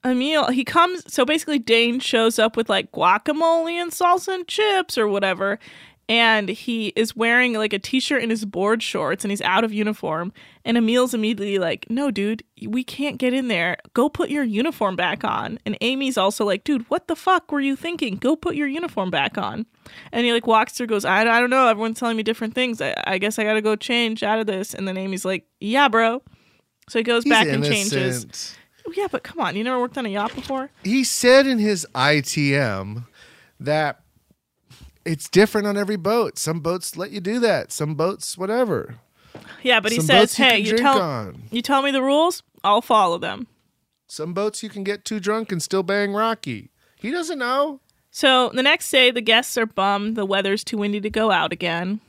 S9: Emil, he comes so basically Dane shows up with like guacamole and salsa and chips or whatever. And he is wearing like a t-shirt and his board shorts and he's out of uniform. And Emil's immediately like, No, dude, we can't get in there. Go put your uniform back on. And Amy's also like, dude, what the fuck were you thinking? Go put your uniform back on. And he like walks through, goes, I, I don't know, everyone's telling me different things. I, I guess I gotta go change out of this. And then Amy's like, Yeah, bro. So he goes
S8: He's
S9: back and
S8: innocent.
S9: changes. Yeah, but come on, you never worked on a yacht before?
S8: He said in his ITM that it's different on every boat. Some boats let you do that. Some boats, whatever.
S9: Yeah, but he
S8: Some
S9: says,
S8: boats you
S9: "Hey,
S8: can
S9: you,
S8: drink
S9: tell
S8: on."
S9: you tell me the rules, I'll follow them."
S8: Some boats you can get too drunk and still bang Rocky. He doesn't know.
S9: So the next day, the guests are bummed. The weather's too windy to go out again.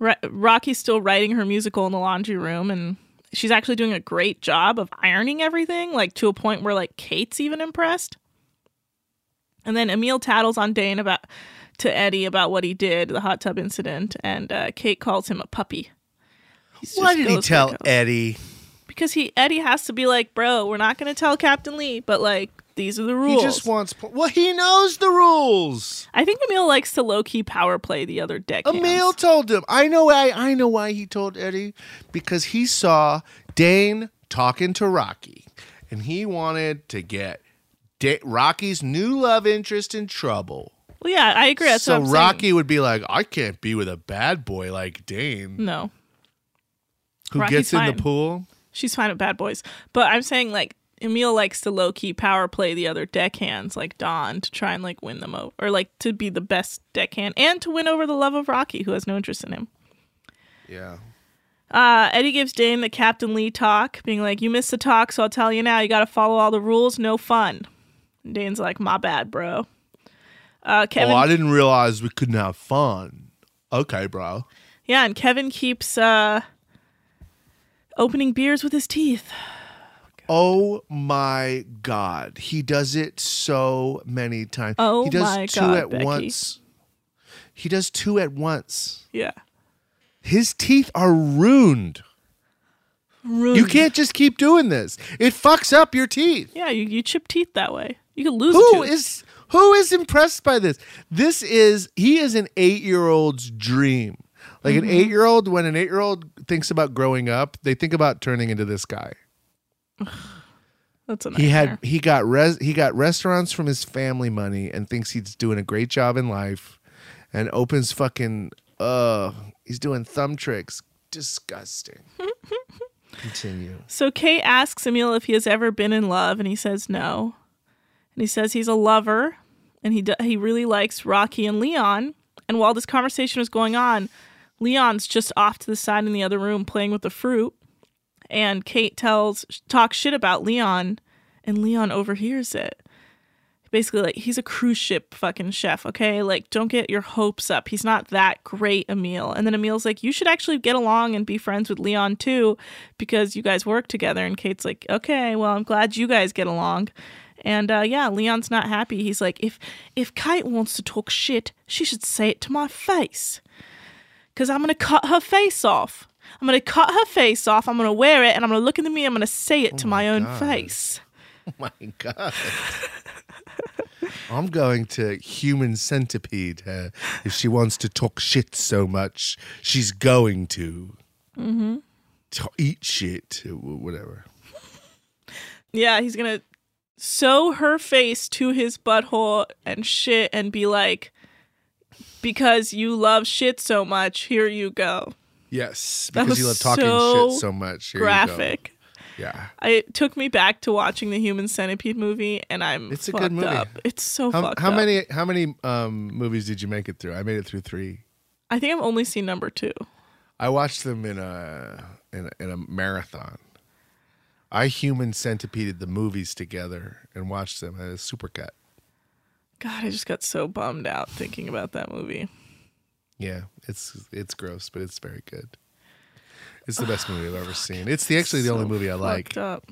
S9: Ro- Rocky's still writing her musical in the laundry room, and she's actually doing a great job of ironing everything, like to a point where like Kate's even impressed. And then Emil tattles on Dane about to Eddie about what he did, the hot tub incident, and uh, Kate calls him a puppy. He's
S8: Why
S9: just
S8: did he
S9: goes
S8: tell
S9: like a-
S8: Eddie?
S9: Because he Eddie has to be like, bro, we're not gonna tell Captain Lee, but like these are the rules.
S8: He just wants. po- Well, he knows the rules.
S9: I think Emil likes to low key power play the other deck.
S8: Emil told him. I know. I I know why he told Eddie because he saw Dane talking to Rocky, and he wanted to get da- Rocky's new love interest in trouble.
S9: Well, yeah, I agree. That's
S8: so
S9: what I'm saying.
S8: Rocky would be like, I can't be with a bad boy like Dane,
S9: No.
S8: who
S9: Hmm. Rocky's
S8: gets in
S9: fine.
S8: the pool.
S9: She's fine with bad boys. But I'm saying like Emil likes to low key power play the other deckhands like Don to try and like win them over or like to be the best deckhand and to win over the love of Rocky who has no interest in him.
S8: Yeah.
S9: Uh, Eddie gives Dane the Captain Lee talk, being like, You missed the talk, so I'll tell you now, you gotta follow all the rules, no fun. And Dane's like, My bad, bro. Uh, Kevin,
S8: Oh, I didn't realize we couldn't have fun. Okay, bro.
S9: Yeah, and Kevin keeps uh, opening beers with his teeth.
S8: Oh my god, he does it so many times.
S9: Oh
S8: he does
S9: my
S8: two
S9: God,
S8: at
S9: Becky.
S8: once. He does two at once.
S9: Yeah.
S8: His teeth are ruined.
S9: Ruined.
S8: You can't just keep doing this. It fucks up your teeth.
S9: Yeah, you, you chip teeth that way. You could lose
S8: Who
S9: a tooth.
S8: is who is impressed by this? This is he is an eight year old's dream. Like
S9: Mhm.
S8: an eight year old, when an eight year old thinks about growing up, they think about turning into this guy.
S9: That's a
S8: he had
S9: nightmare.
S8: he got res he got restaurants from his family money and thinks he's doing a great job in life and opens fucking uh he's doing thumb tricks disgusting continue
S9: So Kate asks Emil if he has ever been in love, and he says no. And he says he's a lover, and he d- he really likes Rocky and Leon. And while this conversation is going on, Leon's just off to the side in the other room playing with the fruit. And Kate tells talks shit about Leon, and Leon overhears it. Basically, like he's a cruise ship fucking chef, okay? Like, don't get your hopes up. He's not that great, Emil. And then Emil's like, you should actually get along and be friends with Leon too, because you guys work together. And Kate's like, okay, well, I'm glad you guys get along. And uh, yeah, Leon's not happy. He's like, if if Kate wants to talk shit, she should say it to my face because I'm gonna cut her face off. I'm gonna cut her face off. I'm gonna wear it, and I'm gonna look in the mirror. I'm gonna say it to my, own
S8: God.
S9: face.
S8: oh my god i'm going to human centipede her if she wants to talk shit so much she's going to,
S9: Mm-hmm.
S8: to eat shit w- whatever
S9: Yeah, he's gonna sew her face to his butthole and shit, and be like, because you love shit so much, here you go.
S8: yes
S9: That
S8: because you love
S9: was
S8: talking
S9: so
S8: shit so much Here you go.
S9: graphic.
S8: yeah
S9: I, it took me back to watching the Human Centipede movie, and I'm
S8: It's a
S9: fucked
S8: good movie.
S9: up. It's so
S8: how,
S9: fucked
S8: how
S9: up.
S8: many how many um movies did you make it through? I made it through three.
S9: I think I've only seen number two.
S8: I watched them in a in a, in a marathon. I human centipeded the movies together and watched them as a supercut.
S9: God, I just got so bummed out thinking about that movie.
S8: Yeah, it's it's gross, but it's very good. It's the best movie I've ever seen. It's the actually the only
S9: so
S8: movie I like.
S9: Fucked up.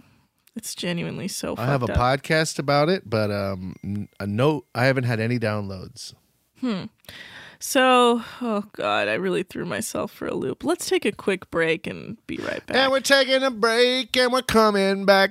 S9: It's genuinely so.
S8: I have a
S9: fucked up.
S8: podcast about it, but um, n- a no, I haven't had any downloads.
S9: Hmm. So, oh god, I really threw myself for a loop. Let's take a quick break and be right back.
S8: And we're taking a break, and we're coming back.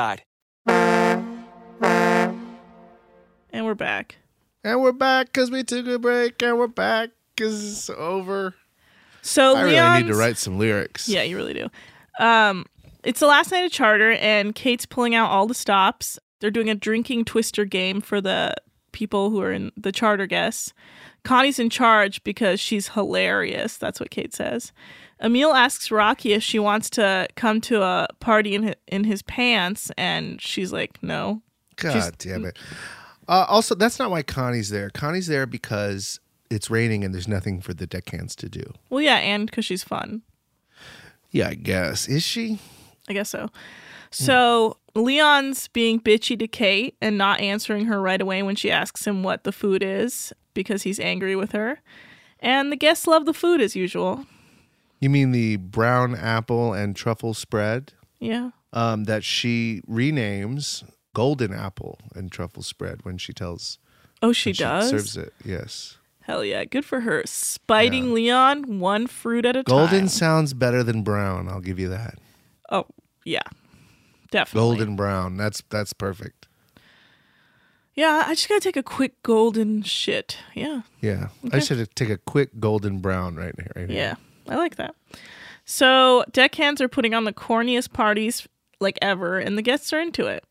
S9: And we're back.
S8: And we're back because we took a break and we're back because it's over.
S9: So
S8: I really
S9: Oh, Leon's-
S8: need to write some lyrics.
S9: Yeah, you really do. Um, it's the last night of charter, and Kate's pulling out all the stops. They're doing a drinking twister game for the people who are in the charter guests. Connie's in charge because she's hilarious. That's what Kate says. Emil asks Rocky if she wants to come to a party in his, in his pants, and she's like, "No."
S8: God
S9: She's-
S8: damn it. Uh, also, that's not why Connie's there. Connie's there because it's raining and there's nothing for the deckhands to do.
S9: Well, yeah, and because she's fun.
S8: Yeah, I guess. Is she?
S9: I guess
S8: Hmm.
S9: so. So Leon's being bitchy to Kate and not answering her right away when she asks him what the food is because he's angry with her. And the guests love the food as usual.
S8: You mean the brown apple and truffle spread
S9: Yeah.
S8: um, that she renames golden apple and truffle spread when she tells
S9: Oh, she
S8: when
S9: does?
S8: serves it. Yes.
S9: Hell yeah. Good for her. Spiting Leon one fruit at a
S8: Golden
S9: time.
S8: sounds better than brown. I'll give you that.
S9: Oh, yeah. Definitely.
S8: Golden brown. That's that's perfect.
S9: Yeah, I just got to take a quick golden shit. Yeah.
S8: Yeah.
S9: Okay.
S8: I should take a quick golden brown right here. Right here.
S9: Yeah, I like that. So deckhands are putting on the corniest parties like ever, and the guests are into it.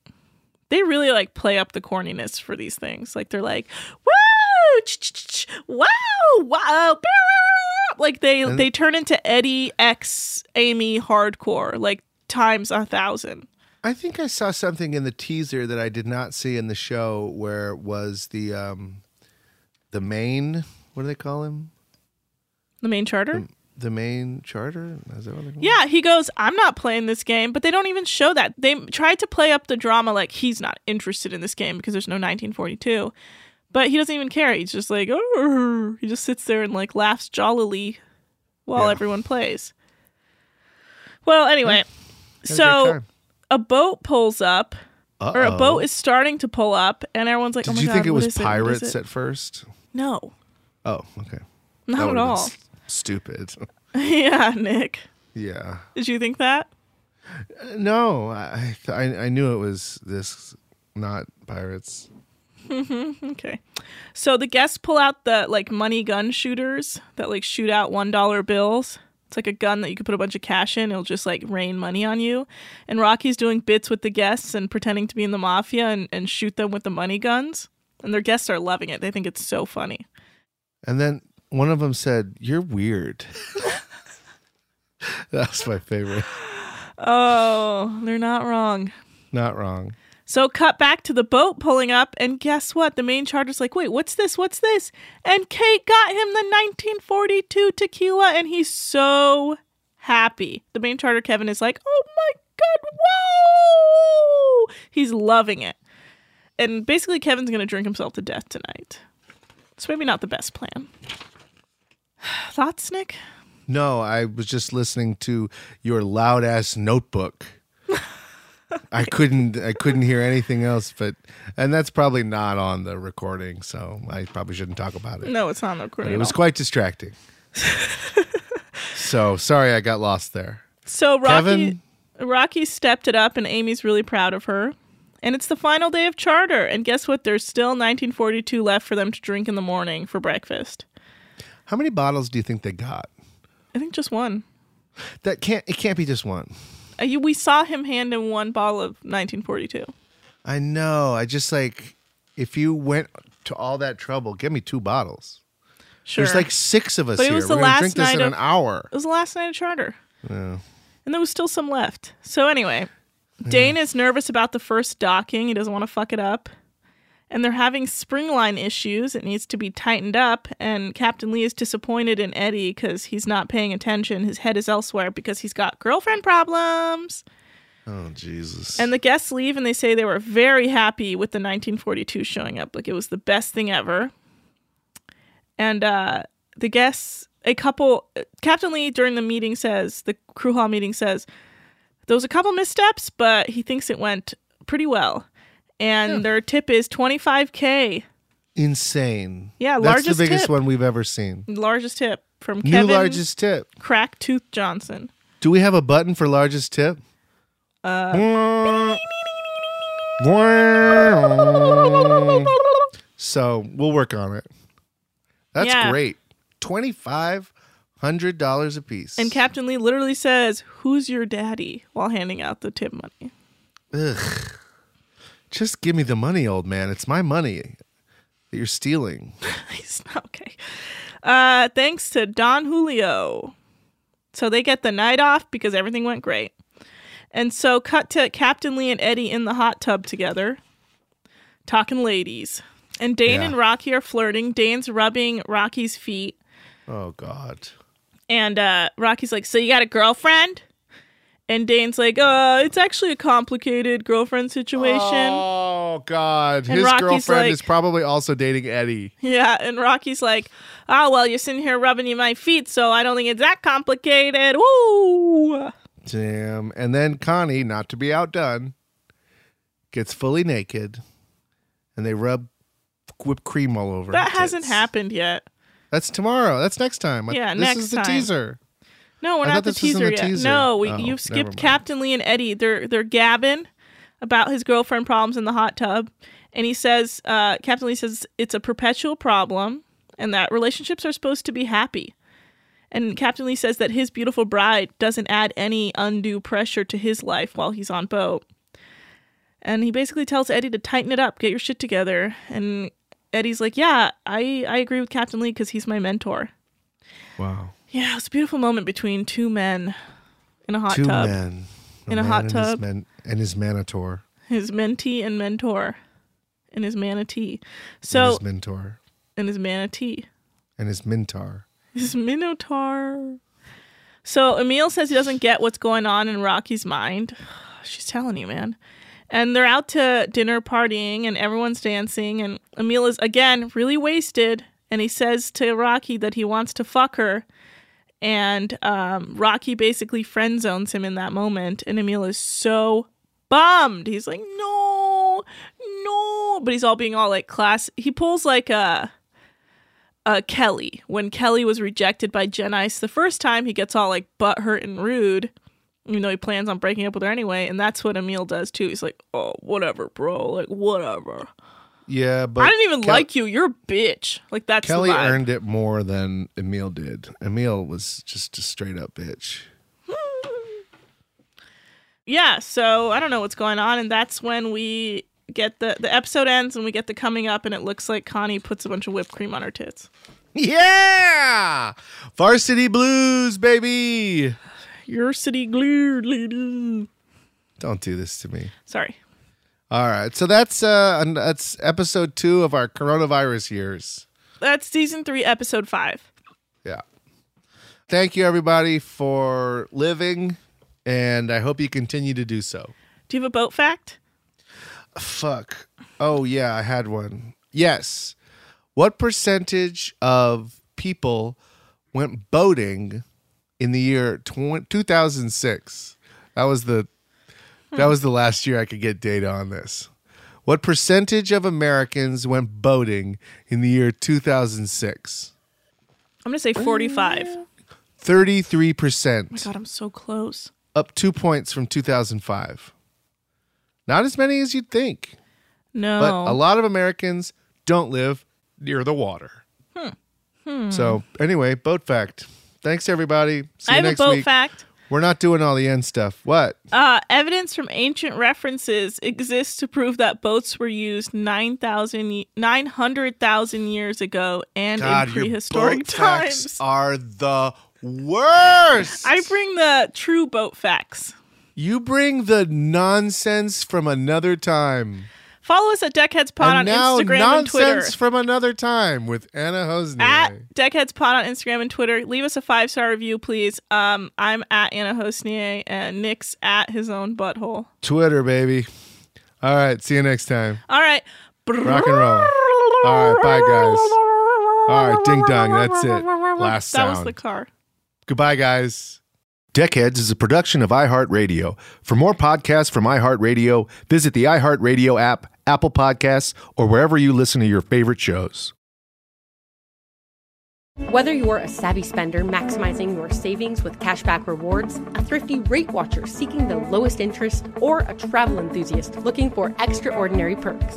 S9: They really like play up the corniness for these things. Like they're like, "Woo! Ch-ch-ch-ch! Wow! Wow!" Bow!" Like they
S8: And-
S9: they turn into Eddie X Amy hardcore like times a thousand.
S8: I think I saw something in the teaser that I did not see in the show where was the um the main what do they call him?
S9: The main
S8: Um,
S9: charter.
S8: The main charter? Is that what they call
S9: Yeah, he goes, I'm not playing this game, but they don't even show that. They tried to play up the drama like he's not interested in this game because there's no 1942, but he doesn't even care. He's just like, oh, he just sits there and like laughs jollily while everyone plays. Well, anyway,
S8: a great
S9: so
S8: time.
S9: a boat pulls up, or a
S8: Uh-oh.
S9: boat is starting to pull up, and everyone's like,
S8: Did
S9: oh my
S8: you
S9: God,
S8: think it
S9: what
S8: was
S9: is What is
S8: pirates
S9: it?
S8: at first?
S9: No,
S8: Oh, okay.
S9: Not
S8: That
S9: at
S8: would've been
S9: all.
S8: s- Stupid.
S9: yeah, Nick.
S8: yeah.
S9: Did you think that?
S8: Uh, No, I, I I knew it was this not pirates.
S9: Mhm, okay. So the guests pull out the like money gun shooters that like shoot out one dollar bills. It's like a gun that you could put a bunch of cash in. It'll just like rain money on you. And Rocky's doing bits with the guests and pretending to be in the mafia and, and shoot them with the money guns. And their guests are loving it. They think it's so funny.
S8: And then one of them said, "You're weird." That's my favorite.
S9: Oh, they're not wrong.
S8: Not wrong.
S9: So cut back to the boat pulling up, and guess what? The main charter's like, wait, what's this? What's this? And Kate got him the 1942 tequila, and he's so happy. The main charter, Kevin, is like, oh my God, whoa! He's loving it. And basically, Kevin's going to drink himself to death tonight. It's maybe not the best plan. Thoughts, Nick?
S8: No, I was just listening to your loud ass notebook. I couldn't I couldn't hear anything else but and that's probably not on the recording, so I probably shouldn't talk about it.
S9: No, it's not on the
S8: But
S9: recording.
S8: it
S9: at
S8: was
S9: all.
S8: quite distracting. so sorry I got lost there.
S9: So Rocky
S8: Kevin?
S9: Rocky stepped it up and Amy's really proud of her. And it's the final day of charter. And guess what? There's still 1942 left for them to drink in the morning for breakfast.
S8: How many bottles do you think they got?
S9: I think just one.
S8: That can't it can't be just one.
S9: Uh, you- We saw him hand in one bottle of 1942.
S8: I know. I just like if you went to all that trouble, give me two bottles.
S9: Sure.
S8: There's like six of us
S9: But it
S8: here.
S9: was the
S8: We're gonna
S9: last
S8: drink this
S9: night
S8: in
S9: of-
S8: an hour.
S9: It was the last night of charter.
S8: Yeah.
S9: And there was still some left. So anyway, Dane is nervous about the first docking. He doesn't want to fuck it up. And they're having spring line issues. It needs to be tightened up. And Captain Lee is disappointed in Eddie because he's not paying attention. His head is elsewhere because he's got girlfriend problems.
S8: Oh Jesus.
S9: And the guests leave and they say they were very happy with the 1942 showing up. Like it was the best thing ever. And uh, the guests, a couple, Captain Lee during the meeting says, the crew hall meeting says, there was a couple missteps, but he thinks it went pretty well. And their tip is 25K.
S8: Insane.
S9: Yeah,
S8: That's
S9: largest
S8: the biggest
S9: tip.
S8: one we've ever seen.
S9: Largest tip from
S8: New
S9: Kevin
S8: largest tip.
S9: Crack Tooth Johnson.
S8: Do we have a button for largest tip?
S9: Uh,
S8: So we'll work on it. That's
S9: Yeah.
S8: great. Twenty five hundred dollars a piece.
S9: and Captain Lee literally says, Who's your daddy? while handing out the tip money.
S8: Ugh. Just give me the money, old man. It's my money that you're stealing.
S9: He's not okay. Uh, thanks to Don Julio. So they get the night off because everything went great. And so, cut to Captain Lee and Eddie in the hot tub together, talking ladies. And Dane
S8: Yeah.
S9: and Rocky are flirting. Dane's rubbing Rocky's feet.
S8: Oh God.
S9: And uh, Rocky's like, So you got a girlfriend? And Dane's like, uh, It's actually a complicated girlfriend situation.
S8: Oh God.
S9: And
S8: His
S9: Rocky's
S8: girlfriend
S9: like-
S8: is probably also dating Eddie.
S9: Yeah, and Rocky's like, "Oh well, you're sitting here rubbing you my feet, so I don't think it's that complicated." Woo!
S8: Damn. And then Connie, not to be outdone, gets fully naked and they rub whipped cream all over.
S9: That
S8: her
S9: hasn't
S8: tits.
S9: happened yet.
S8: That's tomorrow. That's next time.
S9: Yeah,
S8: this
S9: next
S8: is the
S9: time.
S8: teaser.
S9: No, we're
S8: I
S9: not
S8: thought
S9: the
S8: this was in
S9: teaser
S8: the
S9: yet.
S8: teaser.
S9: No, we,
S8: Oh,
S9: you've
S8: never
S9: skipped
S8: mind.
S9: Captain Lee and Eddie. They're they're gabbing about his girlfriend problems in the hot tub, and he says, uh, Captain Lee says it's a perpetual problem, and that relationships are supposed to be happy. And Captain Lee says that his beautiful bride doesn't add any undue pressure to his life while he's on boat. And he basically tells Eddie to tighten it up, get your shit together. And Eddie's like, "Yeah, I I agree with Captain Lee because he's my mentor."
S8: Wow.
S9: Yeah, it was a beautiful moment between two men in a hot
S8: Two
S9: tub.
S8: men.
S9: In a
S8: man
S9: hot
S8: And
S9: tub.
S8: his, man- and his manator.
S9: His mentee and mentor. And his manatee.
S8: and
S9: So
S8: his mentor.
S9: and his manatee.
S8: And his mentor.
S9: His Minotaur. So Emil says he doesn't get what's going on in Rocky's mind. She's telling you, man. And they're out to dinner partying and everyone's dancing. And Emil is, again, really wasted. And he says to Rocky that he wants to fuck her. And um, Rocky basically friend zones him in that moment. And Emil is so bummed. He's like, no, no. But he's all being all like class. He pulls like a uh, Kelly. When Kelly was rejected by Jen Ice the first time, he gets all like butthurt and rude, even though he plans on breaking up with her anyway. And that's what Emil does too. He's like, oh, whatever, bro. Like, whatever.
S8: Yeah, but
S9: I didn't even
S8: Kel-
S9: like you. You're a bitch. Like, that's the
S8: Kelly
S9: vibe.
S8: earned it more than Emil did. Emil was just a straight up bitch.
S9: yeah, so I don't know what's going on, and that's when we get the the episode ends and we get the coming up, and it looks like Connie puts a bunch of whipped cream on her tits.
S8: Yeah, varsity blues, baby.
S9: Your city glued, lady.
S8: Don't do this to me.
S9: Sorry.
S8: All right, so that's uh an- that's episode two of our coronavirus years.
S9: That's season three, episode five.
S8: Yeah. Thank you everybody for living, and I hope you continue to do so.
S9: Do you have a boat fact?
S8: Fuck. Oh yeah, I had one. Yes. What percentage of people went boating in the year tw- 2006? That was the that was the last year I could get data on this. What percentage of Americans went boating in the year 2006?
S9: I'm gonna say 45.
S8: 33%,
S9: Oh God, I'm so close.
S8: up 2 points from 2005. Not as many as you'd think.
S9: No.
S8: But a lot of Americans don't live near the water.
S9: Hmm. Hmm.
S8: So, anyway, boat fact. Thanks, everybody. See
S9: I
S8: you
S9: have a
S8: next
S9: boat
S8: week.
S9: fact.
S8: We're not doing all the end stuff. What?
S9: Uh, evidence from ancient references exists to prove that boats were used 9,000 ye- 900,000 years ago and in
S8: your
S9: prehistoric
S8: boat
S9: times.
S8: facts are the worst.
S9: I bring the true boat facts.
S8: You bring the nonsense from another time.
S9: Follow us at Deckheads Pod
S8: and
S9: on
S8: now
S9: Instagram and
S8: nonsense
S9: Twitter.
S8: from another time with Anna Hosnier.
S9: At Deckheads Pod on Instagram and Twitter. Leave us a five star review, please. Um, I'm at Anna Hosnier and Nick's at his own butthole.
S8: Twitter, baby. All right. See you next time.
S9: All right.
S8: Rock and roll. All right. Bye, guys. All right. Ding dong. That's it. Last
S9: That
S8: sound.
S9: was the car.
S8: Goodbye, guys.
S6: Deckheads is a production of iHeartRadio. For more podcasts from iHeartRadio, visit the iHeartRadio app, Apple Podcasts, or wherever you listen to your favorite shows.
S12: Whether you're a savvy spender maximizing your savings with cashback rewards, a thrifty rate watcher seeking the lowest interest, or a travel enthusiast looking for extraordinary perks,